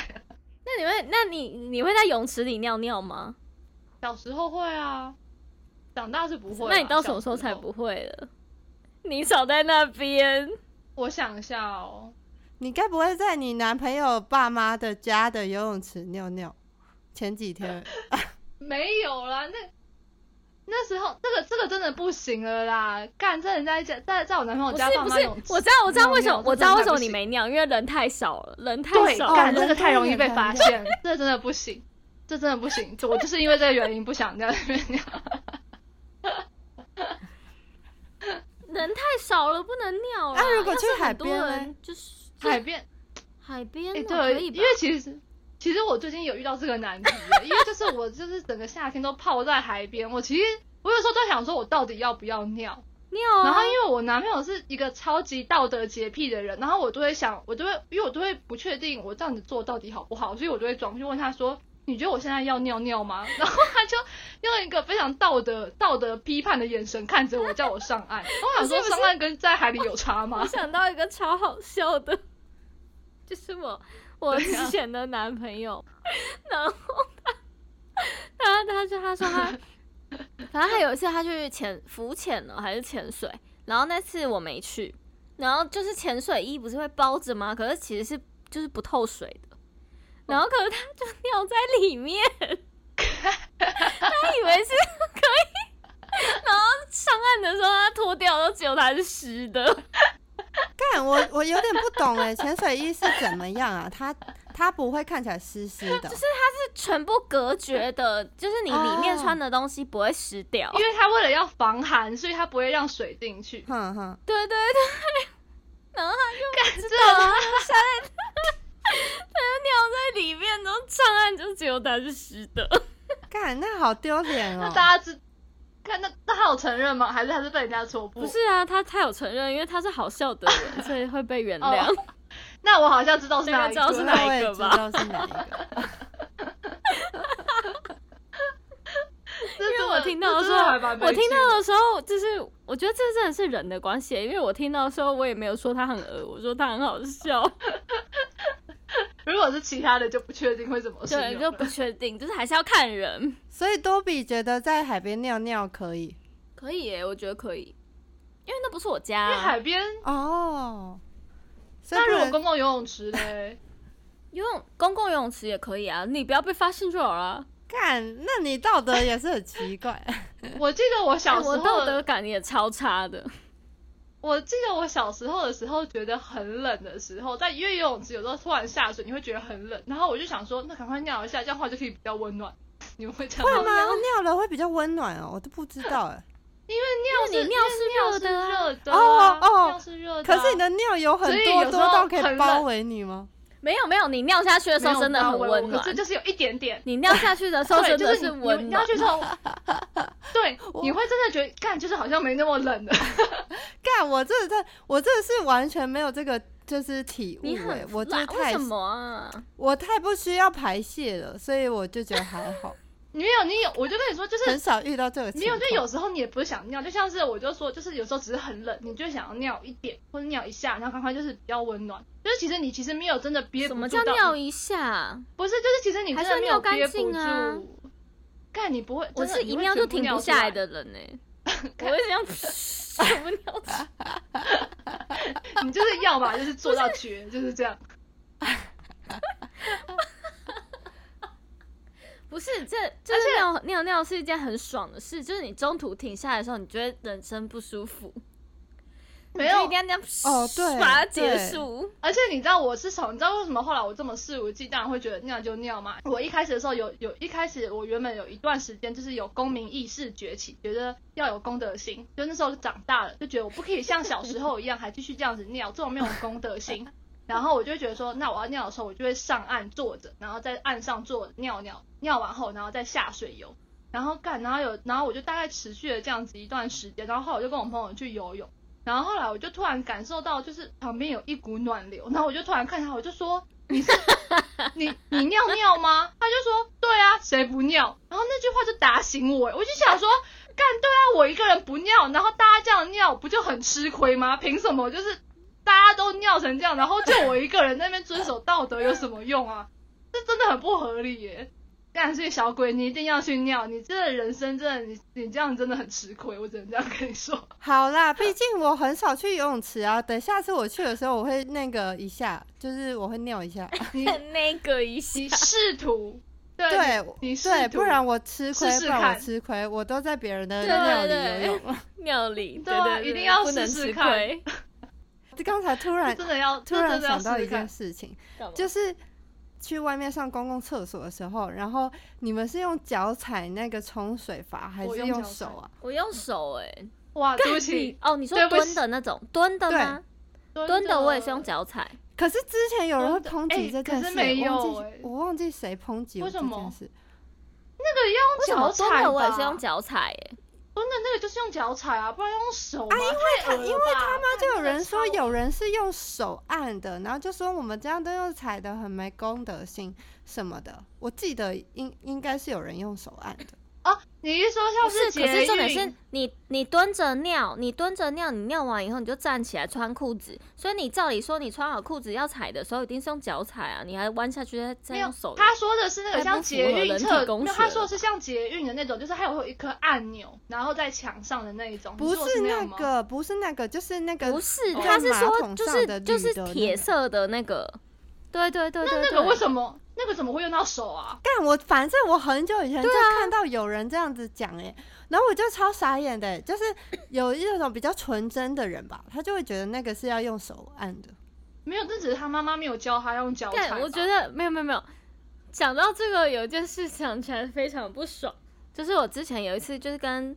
[SPEAKER 1] 那你们，那你你会在泳池里尿尿吗？
[SPEAKER 3] 小时候会啊，长大是不会啊。
[SPEAKER 1] 那你到什么时候
[SPEAKER 3] 小
[SPEAKER 1] 才
[SPEAKER 3] 候
[SPEAKER 1] 不？会了？你少在那边，
[SPEAKER 3] 我想一下哦，
[SPEAKER 2] 你该不会在你男朋友爸妈的家的游泳池尿尿？前几天
[SPEAKER 3] 没有啦，那那时候这个这个真的不行了啦，干这人家家在在我男朋友
[SPEAKER 1] 不
[SPEAKER 3] 家
[SPEAKER 1] 是
[SPEAKER 3] 爸
[SPEAKER 1] 不
[SPEAKER 3] 妈
[SPEAKER 1] 是
[SPEAKER 3] 泳，池
[SPEAKER 1] 我知道我知道
[SPEAKER 3] 尿
[SPEAKER 1] 为什么
[SPEAKER 3] 尿
[SPEAKER 1] 我知道为什么
[SPEAKER 3] 这真的不行
[SPEAKER 1] 你没尿，因为人太少了，人太
[SPEAKER 3] 对，
[SPEAKER 1] 少
[SPEAKER 2] 哦
[SPEAKER 1] 了。
[SPEAKER 3] 干这个太容易被发
[SPEAKER 2] 人太
[SPEAKER 3] 现，这真的不行，这真的不行，我就是因为 这个原因不想在那边尿。
[SPEAKER 1] 人人太少了，不能尿了。
[SPEAKER 2] 啊如果
[SPEAKER 1] 要
[SPEAKER 2] 去
[SPEAKER 1] 是
[SPEAKER 2] 海
[SPEAKER 1] 很多
[SPEAKER 2] 边
[SPEAKER 1] 人
[SPEAKER 2] 嘞
[SPEAKER 1] 就是
[SPEAKER 3] 海边，
[SPEAKER 1] 海边、
[SPEAKER 3] 哎、
[SPEAKER 1] 哦可
[SPEAKER 3] 对，
[SPEAKER 1] 以吧
[SPEAKER 3] 因为？其实其实我最近有遇到这个难题耶， 因为就是我就是整个夏天都泡在海边，我其实我有时候都想说，我到底要不要尿？
[SPEAKER 1] 尿啊，
[SPEAKER 3] 然后因为我男朋友是一个超级道德洁癖的人，然后我就会想，我就会因为我都会不确定我这样子做到底好不好，所以我就会装去问他说。你觉得我现在要尿尿吗？ 然后他就用一个非常道德、道德批判的眼神看着我，叫我上岸。 我想说，上岸跟在海里有差吗
[SPEAKER 1] 我？想到一个超好笑的，就是我我
[SPEAKER 3] 对啊
[SPEAKER 1] 之前的男朋友，然后他他他就他说 他，反正他有一次他去潜浮潜了还是潜水，然后那次我没去，然后就是潜水衣不是会包着吗？可是其实是就是不透水的，
[SPEAKER 3] 哦
[SPEAKER 1] 然后可是他就尿在里面，他以为是可以， 然后上岸的时候他脱掉都只有他是湿的。
[SPEAKER 2] 干我我有点不懂哎， 潜水衣是怎么样啊？它它不会看起来湿湿的，就是
[SPEAKER 1] 全部隔绝 的，就是你里面
[SPEAKER 2] 哦
[SPEAKER 1] 穿的东西不会湿掉。
[SPEAKER 3] 因为他为了要防寒，所以他不会让水进去。
[SPEAKER 2] 哼哼，
[SPEAKER 1] 对对对， 然后他
[SPEAKER 3] 干，真
[SPEAKER 1] 就把
[SPEAKER 3] 的
[SPEAKER 1] 它塞在， 他就尿在里面，然后上岸就只有它是湿的。
[SPEAKER 2] 干那好丢脸
[SPEAKER 3] 那
[SPEAKER 2] 哦。
[SPEAKER 3] 大家知，看那那他有承认吗？还是他是被人家戳 破？
[SPEAKER 1] 不是啊，他他有承认，因为他是好笑的人，所以会被原
[SPEAKER 3] 哦
[SPEAKER 1] 谅。
[SPEAKER 3] 那我好像知道 是哪一
[SPEAKER 1] 大家知道是
[SPEAKER 3] 个
[SPEAKER 1] 哪。一
[SPEAKER 2] 我也
[SPEAKER 1] 个
[SPEAKER 2] 知
[SPEAKER 1] 吧
[SPEAKER 2] 道是哪一个。
[SPEAKER 3] 因
[SPEAKER 1] 因为我听到的时候，我听到的时候，就是我觉得这真的是人的关系，因为我听到的时候，我也没有说他很恶，我说他很好 笑，
[SPEAKER 3] 如果是其他的，就不确定会怎么形
[SPEAKER 1] 对，
[SPEAKER 3] 容
[SPEAKER 1] 就
[SPEAKER 3] 了
[SPEAKER 1] 不确定，就是还是要看人。
[SPEAKER 2] 所以多比觉得在海边尿尿可以
[SPEAKER 1] 可以耶、我觉得可以，因为那不是我家、啊
[SPEAKER 3] 因为海边，
[SPEAKER 2] 哦。所以
[SPEAKER 3] 那
[SPEAKER 2] 不
[SPEAKER 3] 如果
[SPEAKER 2] 能
[SPEAKER 3] 公共游泳池 嘞，
[SPEAKER 1] 游泳公共游泳池也可以啊，你不要被发现就好了。啊
[SPEAKER 2] 干，那你道德也是很奇怪。
[SPEAKER 3] 我记得我小
[SPEAKER 1] 哎
[SPEAKER 3] 时候
[SPEAKER 1] 我，道德感也超差的，
[SPEAKER 3] 我记得我小时候的时候，觉得很冷的时候，在因为游泳池有时候突然下水，你会觉得很冷，然后我就想说，那赶快尿一下，这样的话就可以比较温暖。 你们会这样
[SPEAKER 2] 会
[SPEAKER 3] 吗？
[SPEAKER 2] 吗？尿了会比较温暖哦，我都不知道哎。
[SPEAKER 3] 尿
[SPEAKER 1] 因为
[SPEAKER 3] 是
[SPEAKER 1] 你
[SPEAKER 3] 尿
[SPEAKER 1] 尿是热的啊
[SPEAKER 3] 是热的
[SPEAKER 2] 哦
[SPEAKER 3] 啊，
[SPEAKER 2] 哦
[SPEAKER 3] 尿是热的啊。
[SPEAKER 2] 可是你的尿有很
[SPEAKER 3] 所以
[SPEAKER 2] 多
[SPEAKER 3] 有时
[SPEAKER 2] 多
[SPEAKER 3] 候
[SPEAKER 2] 到可以
[SPEAKER 3] 很
[SPEAKER 2] 包
[SPEAKER 3] 冷
[SPEAKER 2] 围你吗？
[SPEAKER 1] 没有没有，你尿下去的时
[SPEAKER 3] 没
[SPEAKER 1] 候
[SPEAKER 3] 有
[SPEAKER 1] 真的
[SPEAKER 3] 到
[SPEAKER 1] 很
[SPEAKER 3] 位
[SPEAKER 1] 温
[SPEAKER 3] 可
[SPEAKER 1] 暖
[SPEAKER 3] 是，就是有一点点。
[SPEAKER 1] 你尿下去的时候
[SPEAKER 3] 对，
[SPEAKER 1] 真
[SPEAKER 3] 就
[SPEAKER 1] 的
[SPEAKER 3] 是你
[SPEAKER 1] 温
[SPEAKER 3] 你
[SPEAKER 1] 暖
[SPEAKER 3] 要。去从， 对，
[SPEAKER 2] 我
[SPEAKER 3] 你会真的觉得干，就是好像没那么冷了。
[SPEAKER 2] 干，我这这我这是完全没有这个就是体悟
[SPEAKER 1] 你
[SPEAKER 2] 哎
[SPEAKER 1] 很，
[SPEAKER 2] 我这
[SPEAKER 1] 辣为
[SPEAKER 2] 太
[SPEAKER 1] 什么啊？
[SPEAKER 2] 我太不需要排泄了，所以我就觉得还好，
[SPEAKER 3] 没有，你有，我就跟你说，就是
[SPEAKER 2] 很少遇到这个情
[SPEAKER 3] 没有，
[SPEAKER 2] 况。
[SPEAKER 3] 就有时候你也不是想尿，就像是我就说，就是有时候只是很冷，你就想要尿一点或者尿一下，然后赶快就是比较温暖。就是其实你其实没有真的憋不
[SPEAKER 1] 什
[SPEAKER 3] 住
[SPEAKER 1] 么
[SPEAKER 3] 到，
[SPEAKER 1] 叫尿一下？
[SPEAKER 3] 不是，就是其实你真的没有憋
[SPEAKER 1] 还是要
[SPEAKER 3] 不
[SPEAKER 1] 尿干净啊
[SPEAKER 3] 住。干你不会，
[SPEAKER 1] 我
[SPEAKER 3] 真
[SPEAKER 1] 是
[SPEAKER 3] 的
[SPEAKER 1] 一尿就停不下来，的人呢、 我会 这样全部尿出来
[SPEAKER 3] 你会全部尿出来 你就是要嘛，就是做到绝，就是 这样。
[SPEAKER 1] 不是，这就是尿尿尿是一件很爽的事，就是你中途停下来的时候，你觉得人生不舒服，
[SPEAKER 3] 没
[SPEAKER 1] 你就
[SPEAKER 3] 有
[SPEAKER 1] 一定，要这样
[SPEAKER 2] 哦对
[SPEAKER 1] 把它结
[SPEAKER 2] 对
[SPEAKER 1] 束。
[SPEAKER 3] 而且你知道我是从，你知道为什么后来我这么肆无忌惮会觉得尿就尿吗？我一开始的时候有有一开始我原本有一段时间就是有公民意识崛起，觉得要有公德心，就那时候长大了就觉得我不可以像小时候一样还继续这样子尿，这种没有公德心。然后我就会觉得说，那我要尿的时候，我就会上岸坐着，然后在岸上坐着尿尿，尿完后然后再下水游。然后干，然后有，然后我就大概持续了这样子一段时间，然后后来我就跟我朋友去游泳，然后后来我就突然感受到，就是旁边有一股暖流，然后我就突然看他，我就说：“你是你你尿尿吗？”他就说：“对啊，谁不尿？”然后那句话就打醒我，我就想说，干对啊，我一个人不尿，然后大家这样尿，不就很吃亏吗？凭什么就是大家都尿成这样，然后就我一个人在那边遵守道德有什么用啊？这真的很不合理耶！干，所以小鬼，你一定要去尿，你这个人生真的，你你这样真的很吃亏，我只能这样跟你说。
[SPEAKER 2] 好啦，毕竟我很少去游泳池啊。等下次我去的时候，我会那个一下，就是我会尿一下。
[SPEAKER 3] 你
[SPEAKER 1] 那个一下
[SPEAKER 3] 你，试图，对
[SPEAKER 2] 对
[SPEAKER 3] 你试
[SPEAKER 2] 对，
[SPEAKER 3] 图
[SPEAKER 2] 不然我吃亏，
[SPEAKER 3] 试试
[SPEAKER 2] 不然我
[SPEAKER 3] 看
[SPEAKER 2] 吃亏，我都在别人的
[SPEAKER 1] 对
[SPEAKER 2] 尿里
[SPEAKER 1] 对
[SPEAKER 2] 游泳。
[SPEAKER 1] 尿里，
[SPEAKER 3] 对
[SPEAKER 1] 对
[SPEAKER 3] 啊
[SPEAKER 1] 对对
[SPEAKER 3] 一定要
[SPEAKER 1] 不能
[SPEAKER 3] 试试
[SPEAKER 1] 吃
[SPEAKER 3] 看
[SPEAKER 1] 亏。
[SPEAKER 2] 刚才突 然
[SPEAKER 3] 真的要
[SPEAKER 2] 突然
[SPEAKER 3] 真的要
[SPEAKER 2] 想到
[SPEAKER 3] 试
[SPEAKER 2] 一
[SPEAKER 3] 试
[SPEAKER 2] 件
[SPEAKER 3] 看，
[SPEAKER 2] 事情，
[SPEAKER 1] 干嘛
[SPEAKER 2] 就是去外面上公共厕所的时候，然后你们是用脚踩那个冲水阀还
[SPEAKER 3] 我
[SPEAKER 2] 是
[SPEAKER 3] 用脚
[SPEAKER 2] 手啊？
[SPEAKER 1] 我用手哎、
[SPEAKER 3] 哇，对不
[SPEAKER 1] 你
[SPEAKER 3] 起，
[SPEAKER 1] 哦，你说
[SPEAKER 3] 对不
[SPEAKER 1] 蹲
[SPEAKER 3] 起
[SPEAKER 1] 的那种蹲的
[SPEAKER 2] 对
[SPEAKER 1] 吗？蹲的我也是用。脚踩，
[SPEAKER 2] 可是之前有人会
[SPEAKER 3] 真的
[SPEAKER 2] 抨击这
[SPEAKER 3] 哎可
[SPEAKER 2] 件
[SPEAKER 3] 是
[SPEAKER 2] 事，
[SPEAKER 3] 没
[SPEAKER 2] 我忘记
[SPEAKER 3] 有哎
[SPEAKER 2] 我忘记谁抨击我
[SPEAKER 3] 为
[SPEAKER 2] 这
[SPEAKER 3] 什么
[SPEAKER 2] 件
[SPEAKER 3] 啊
[SPEAKER 2] 事。
[SPEAKER 3] 那个
[SPEAKER 1] 为什
[SPEAKER 3] 要
[SPEAKER 1] 么
[SPEAKER 3] 用脚
[SPEAKER 1] 蹲
[SPEAKER 3] 踩
[SPEAKER 1] 的我也是用
[SPEAKER 3] 吧，
[SPEAKER 1] 脚踩、欸？
[SPEAKER 3] 蹲的那个就是用脚踩啊，不然用手啊，因为他
[SPEAKER 2] 因为他妈就有人说有人是用手按的，然后就说我们这样都用踩的很没公德心什么的。我记得应应该是有人用手按的，
[SPEAKER 3] 哦，你是说
[SPEAKER 1] 不
[SPEAKER 3] 像
[SPEAKER 1] 是，可
[SPEAKER 3] 捷
[SPEAKER 1] 是重点
[SPEAKER 3] 运
[SPEAKER 1] 是你你蹲着尿，你蹲着尿，你尿完以后你就站起来穿裤子，所以你照理说你穿好裤子要踩的时候一定是用脚踩啊，你还弯下去再再
[SPEAKER 3] 没
[SPEAKER 1] 用
[SPEAKER 3] 有
[SPEAKER 1] 手，。
[SPEAKER 3] 他说的是那
[SPEAKER 1] 太
[SPEAKER 3] 个
[SPEAKER 1] 不
[SPEAKER 3] 像
[SPEAKER 1] 符
[SPEAKER 3] 捷
[SPEAKER 1] 合
[SPEAKER 3] 运
[SPEAKER 1] 人体
[SPEAKER 3] 厕，
[SPEAKER 1] 工
[SPEAKER 3] 没有
[SPEAKER 1] 学
[SPEAKER 3] 他说
[SPEAKER 1] 了
[SPEAKER 3] 的是像捷运的那种，就是它有一颗按钮，然后在墙上的那一种。你
[SPEAKER 2] 不
[SPEAKER 3] 说的是
[SPEAKER 2] 是那
[SPEAKER 3] 样吗，
[SPEAKER 2] 个，不是那个，就是那个
[SPEAKER 1] 不是，
[SPEAKER 2] 在
[SPEAKER 1] 他是
[SPEAKER 2] 哦马
[SPEAKER 1] 说
[SPEAKER 2] 桶
[SPEAKER 1] 就
[SPEAKER 2] 上
[SPEAKER 1] 是
[SPEAKER 2] 的
[SPEAKER 1] 就
[SPEAKER 2] 绿
[SPEAKER 1] 是
[SPEAKER 2] 的那
[SPEAKER 1] 铁
[SPEAKER 2] 个
[SPEAKER 1] 色的那个，对对对对
[SPEAKER 3] 那
[SPEAKER 1] 对。
[SPEAKER 3] 个为什么那个怎么会用到手啊？
[SPEAKER 2] 干我，反正我很久以前就看到有人这样子讲哎、然后我就超傻眼的、欸，就是有一种比较纯真的人吧，他就会觉得那个是要用手按的。
[SPEAKER 3] 没有，这只是他妈妈没有教他用脚踩吧。
[SPEAKER 1] 但我觉得没有没有没有。讲到这个，有一件事想起来非常不爽，就是我之前有一次就是跟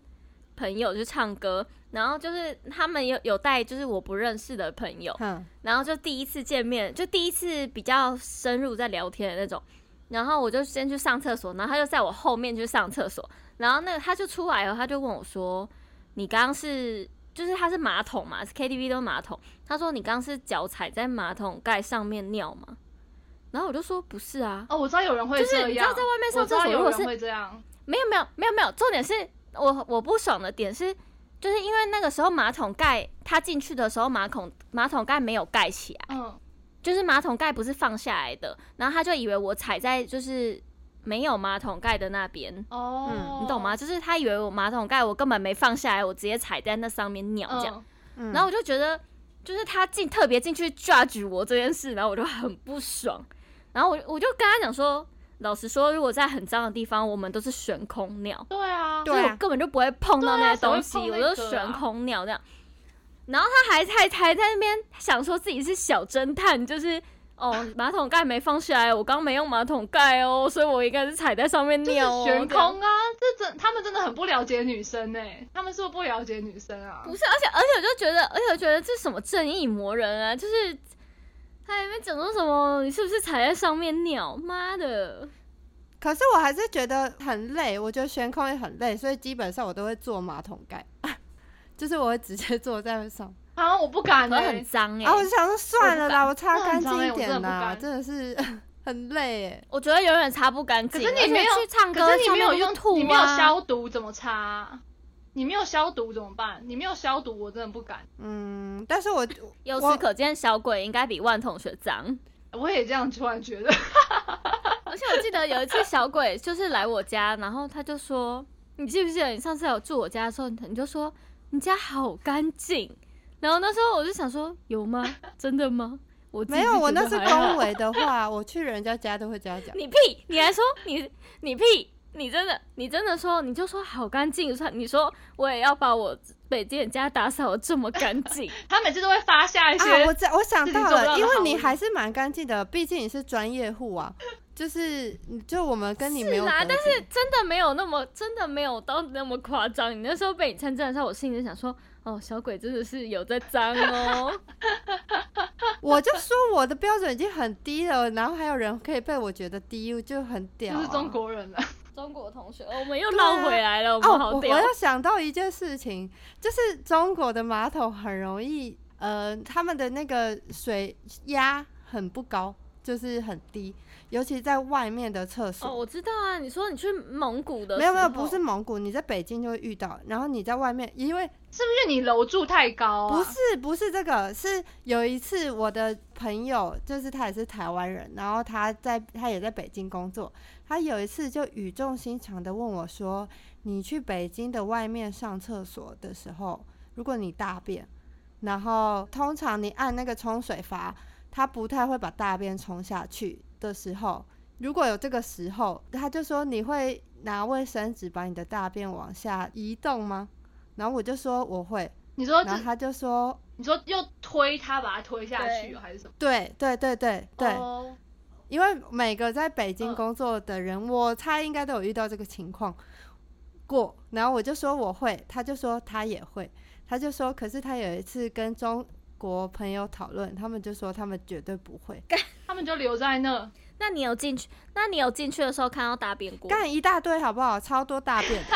[SPEAKER 1] 朋友去唱歌，然后就是他们有有带就是我不认识的朋
[SPEAKER 3] 哦
[SPEAKER 1] 友，
[SPEAKER 2] 哼，
[SPEAKER 1] 然后就第一次见面，就第一次比较深入在聊天的那种。然后我就先去上厕所，然后他就在我后面去上厕所，然后那个他就出来了，他就问我说：“你刚刚是就是他是马桶嘛是，KTV 都是马桶。”他说：“你刚刚是脚踩在马桶盖上面尿吗？”然后我就说：“不是啊，
[SPEAKER 3] 哦，我知道有人会
[SPEAKER 1] 就是
[SPEAKER 3] 这
[SPEAKER 1] 你知道
[SPEAKER 3] 样，
[SPEAKER 1] 在外面上
[SPEAKER 3] 我知
[SPEAKER 1] 厕
[SPEAKER 3] 道
[SPEAKER 1] 所如
[SPEAKER 3] 有
[SPEAKER 1] 果是
[SPEAKER 3] 人会这样。
[SPEAKER 1] 没有没有没有没有，重点是我我不爽的点是，就是因为那个时候马桶盖他进去的时候马桶马桶盖没有盖起来。”
[SPEAKER 3] 嗯，
[SPEAKER 1] 就是马桶盖不是放下来的，然后他就以为我踩在就是没有马桶盖的那边，
[SPEAKER 3] 哦，
[SPEAKER 1] 嗯你懂吗？？就是他以为我马桶盖我根本没放下来，我直接踩在那上面尿这样。
[SPEAKER 3] 嗯，
[SPEAKER 2] 嗯，
[SPEAKER 1] 然后我就觉得，就是他进特别进去 judge 我这件事，然后我就很不爽。然后我我就跟他讲说，老实说，如果在很脏的地方，我们都是悬空尿，
[SPEAKER 3] 对啊，
[SPEAKER 2] 对
[SPEAKER 1] 所以
[SPEAKER 2] 啊
[SPEAKER 1] 我根本就不会碰到
[SPEAKER 3] 对啊
[SPEAKER 1] 那些东西，
[SPEAKER 3] 谁会碰那个啊
[SPEAKER 1] 我就悬空尿这样。然后他还还还在那边想说自己是小侦探，就是 哦，马桶盖没放下来，我刚没用马桶盖哦，所以我应该是踩在上面
[SPEAKER 3] 就是
[SPEAKER 1] 尿哦。
[SPEAKER 3] 悬
[SPEAKER 1] 这样
[SPEAKER 3] 空啊，这真他们真的很不了解女生哎，他们是不是不了解女生啊？
[SPEAKER 1] 不是，而且而且我就觉得，而且我觉得这什么正义魔人啊，就是他还没讲说什么，你是不是踩在上面尿？妈的！
[SPEAKER 2] 可是我还是觉得很累，我觉得悬空也很累，所以基本上我都会坐马桶盖， 就是我会直接坐在上。
[SPEAKER 3] 啊，我不敢
[SPEAKER 1] 可是很
[SPEAKER 3] 哎，
[SPEAKER 1] 脏哎、
[SPEAKER 2] 啊，我就想说算了啦，我擦
[SPEAKER 3] 我很
[SPEAKER 2] 干
[SPEAKER 3] 脏欸
[SPEAKER 2] 净一
[SPEAKER 3] 我
[SPEAKER 2] 点
[SPEAKER 3] 真的不
[SPEAKER 2] 啦，
[SPEAKER 3] 敢
[SPEAKER 2] 真的是很累哎。
[SPEAKER 1] 我觉得永远擦不干净。
[SPEAKER 3] 可是你
[SPEAKER 1] 而且
[SPEAKER 3] 没有
[SPEAKER 1] 去唱歌，
[SPEAKER 3] 可是你没有
[SPEAKER 1] 上面都
[SPEAKER 3] 用，
[SPEAKER 1] 吐、啊，
[SPEAKER 3] 你没有消毒怎么擦啊？你没有消毒怎么办？你没有消毒，我真的不敢。
[SPEAKER 2] 嗯，但是 我
[SPEAKER 1] 由
[SPEAKER 2] 我
[SPEAKER 1] 此可见，小鬼应该比万同学脏。
[SPEAKER 3] 我也这样突然觉得，
[SPEAKER 1] 而且我记得有一次，小鬼就是来我家，然后他就说：“你记不记得你上次有住我家的时候，你就说你家好干净。”然后那时候我就想说：“有吗？真的吗？”我自己
[SPEAKER 2] 没有，
[SPEAKER 1] 觉
[SPEAKER 2] 我
[SPEAKER 1] 得
[SPEAKER 2] 那是
[SPEAKER 1] 还好
[SPEAKER 2] 恭维的话，我去人家家都会这样讲。
[SPEAKER 1] 你屁！你还说你你屁！你真的你真的说你就说好干净，说你说我也要把我北京家打扫的这么干净，
[SPEAKER 3] 他每次都会发下一些，
[SPEAKER 2] 啊，我知我想
[SPEAKER 3] 自己
[SPEAKER 2] 到
[SPEAKER 3] 做不
[SPEAKER 2] 了，
[SPEAKER 3] 到
[SPEAKER 2] 因
[SPEAKER 3] 的
[SPEAKER 2] 为
[SPEAKER 3] 好
[SPEAKER 2] 你
[SPEAKER 3] 物
[SPEAKER 2] 还是蛮干净的，毕竟你是专业户啊。就是，就我们跟你没有
[SPEAKER 1] 是啦
[SPEAKER 2] 得
[SPEAKER 1] 但
[SPEAKER 2] 比
[SPEAKER 1] 真的没有那么真的没有到那么夸张。你那时候被你称赞的时候，我心里就想说，哦，小鬼真的是有在脏哦。
[SPEAKER 2] 我就说我的标准已经很低了，然后还有人可以被我觉得低，就很屌、
[SPEAKER 3] 就
[SPEAKER 2] 啊。
[SPEAKER 3] 是中国人了。
[SPEAKER 1] 中国同学，我们又绕回来了，我们
[SPEAKER 2] 哦，
[SPEAKER 1] 好
[SPEAKER 2] 我我
[SPEAKER 1] 屌。
[SPEAKER 2] 又想到一件事情，就是中国的马桶很容易，呃，他们的那个水压很不高，就是很低，尤其在外面的厕所。
[SPEAKER 1] 哦，我知道啊，你说你去蒙古的时候，
[SPEAKER 2] 没有没有，不是蒙古，你在北京就会遇到，然后你在外面，因为
[SPEAKER 3] 是不是你楼住太高啊？
[SPEAKER 2] 不是不是这个，是有一次我的朋友，就是他也是台湾人，然后他在他也在北京工作，他有一次就语重心长的问我说：“你去北京的外面上厕所的时候，如果你大便，然后通常你按那个冲水阀，它不太会把大便冲下去的时候，如果有这个时候，他就说你会拿卫生纸把你的大便往下移动吗？”然后我就说我会，
[SPEAKER 3] 你说
[SPEAKER 2] 然
[SPEAKER 3] 哦这
[SPEAKER 2] 后，他就说
[SPEAKER 3] 你说又推他把他推下去
[SPEAKER 1] 对
[SPEAKER 3] 哦还是什么？
[SPEAKER 2] 对对对对对，
[SPEAKER 3] 哦
[SPEAKER 2] 因为每个在北京
[SPEAKER 3] 嗯
[SPEAKER 2] 工作的人，我猜应该都有遇到这个情况。过，然后我就说我会，他就说他也会，他就说可是他有一次跟中国朋友讨论，他们就说他们绝对不会，
[SPEAKER 3] 他们就留在那。
[SPEAKER 1] 那你有进去？那你有进去的时候看到大便过？
[SPEAKER 2] 干一大堆好不好？超多 大便的，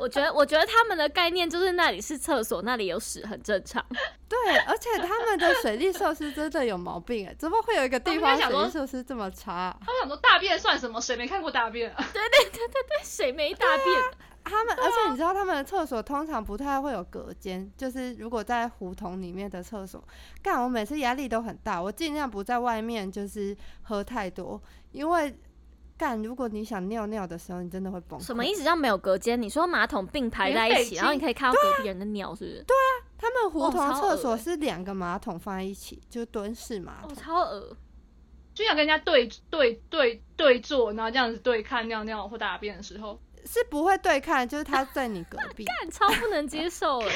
[SPEAKER 1] 我觉得，我觉得他们的概念就是那里是厕所，那里有屎，很正常。
[SPEAKER 2] 对，而且他们的水利设施真的有毛病哎，怎么会有一个
[SPEAKER 3] 他
[SPEAKER 2] 地
[SPEAKER 3] 们
[SPEAKER 2] 方
[SPEAKER 3] 应该想
[SPEAKER 2] 水
[SPEAKER 3] 说
[SPEAKER 2] 利设施这么差啊、
[SPEAKER 3] 他们想说大便算什么？谁没看过大便啊？
[SPEAKER 1] 对，谁没大 便？
[SPEAKER 2] 他
[SPEAKER 1] 啊
[SPEAKER 2] 们，而且你知道，他们的厕所通常不太会有隔间，就是如果在胡同里面的厕所，干我每次压力都很大，我尽量不在外面就是喝太多，因为干如果你想尿尿的时候，你真的会崩溃。
[SPEAKER 1] 什么意思？叫没有隔间？你说马桶并排在一起，
[SPEAKER 3] 连北京
[SPEAKER 1] 然后你可以看到隔壁人的尿，是不是？
[SPEAKER 2] 他们胡
[SPEAKER 1] 哦
[SPEAKER 2] 同
[SPEAKER 1] 超
[SPEAKER 2] 厕
[SPEAKER 1] 恶哦
[SPEAKER 2] 所
[SPEAKER 1] 欸
[SPEAKER 2] 是两个马桶放在一起，就是蹲式马
[SPEAKER 1] 我、
[SPEAKER 2] 桶。
[SPEAKER 1] 超恶。
[SPEAKER 3] 就想跟人家对对对对坐，然后这样子对看尿尿或大便的时候，
[SPEAKER 2] 是不会对看，就是他在你隔壁。
[SPEAKER 1] 但超不能接受哎、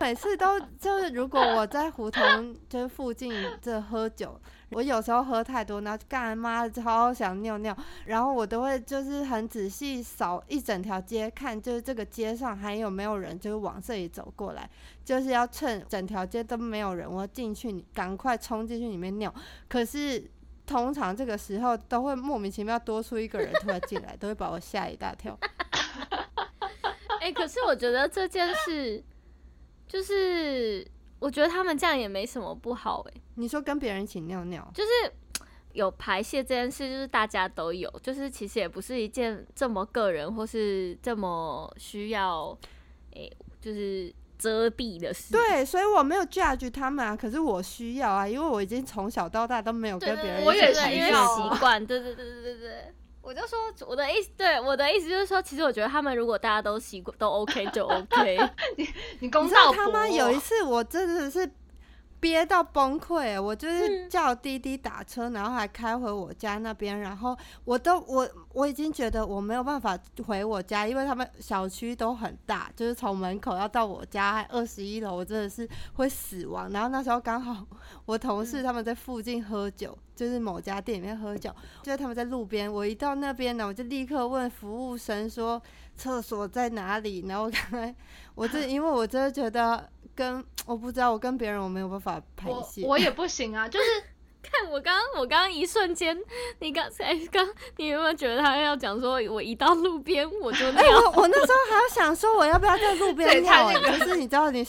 [SPEAKER 2] 每次都就是，如果我在胡同就是附近这喝酒，我有时候喝太多，然后干妈超想尿尿，然后我都会就是很仔细扫一整条街，看就是这个街上还有没有人，就是往这里走过来，就是要趁整条街都没有人，我进去你赶快冲进去里面尿。可是通常这个时候都会莫名其妙多出一个人突然进来，都会把我吓一大跳。
[SPEAKER 1] 哎、可是我觉得这件事，就是我觉得他们这样也没什么不好哎、
[SPEAKER 2] 你说跟别人一起尿尿，
[SPEAKER 1] 就是有排泄这件事，就是大家都有，就是其实也不是一件这么个人或是这么需要哎、就是遮蔽的事。
[SPEAKER 2] 对，所以我没有 judge 他们啊，可是我需要啊，因为我已经从小到大都没有
[SPEAKER 1] 对
[SPEAKER 2] 跟
[SPEAKER 1] 对
[SPEAKER 2] 别
[SPEAKER 1] 对
[SPEAKER 2] 人一
[SPEAKER 3] 我
[SPEAKER 2] 起啊
[SPEAKER 3] 也
[SPEAKER 1] 对
[SPEAKER 3] 是
[SPEAKER 1] 因
[SPEAKER 2] 睡
[SPEAKER 1] 为
[SPEAKER 2] 觉
[SPEAKER 3] 要
[SPEAKER 1] 习惯，对对对对对对。我就说我的意思，对我的意思就是说，其实我觉得他们如果大家都习惯都 OK 就 OK，
[SPEAKER 3] 你
[SPEAKER 2] 你
[SPEAKER 3] 公
[SPEAKER 2] 知道
[SPEAKER 3] 道
[SPEAKER 2] 他
[SPEAKER 3] 婆
[SPEAKER 2] 妈有一次我真的是憋到崩溃，我就是
[SPEAKER 1] 嗯
[SPEAKER 2] 叫滴滴打车，然后还开回我家那边，然后我都我我已经觉得我没有办法回我家，因为他们小区都很大，就是从门口要到我家二十一楼，我真的是会死亡。然后那时候刚好我同事他们在附近喝酒，就是某家店里面喝酒，就是他们在路边，我一到那边呢，我就立刻问服务生说厕所在哪里，然后我刚才 我这因为我真的觉得跟我不知道，我跟别人我没有办法排
[SPEAKER 3] 我
[SPEAKER 2] 泄，
[SPEAKER 3] 我也不 行啊，就是
[SPEAKER 1] 看 我刚我刚一瞬间，你刚才刚你有没有觉得他要讲说，我一到路边我就
[SPEAKER 2] 哎、
[SPEAKER 1] 尿？
[SPEAKER 2] 我我那时候还要想说，我要不要在路
[SPEAKER 3] 这
[SPEAKER 2] 边
[SPEAKER 3] 也太
[SPEAKER 2] 尿、欸？
[SPEAKER 3] 那个
[SPEAKER 2] 就是你知道你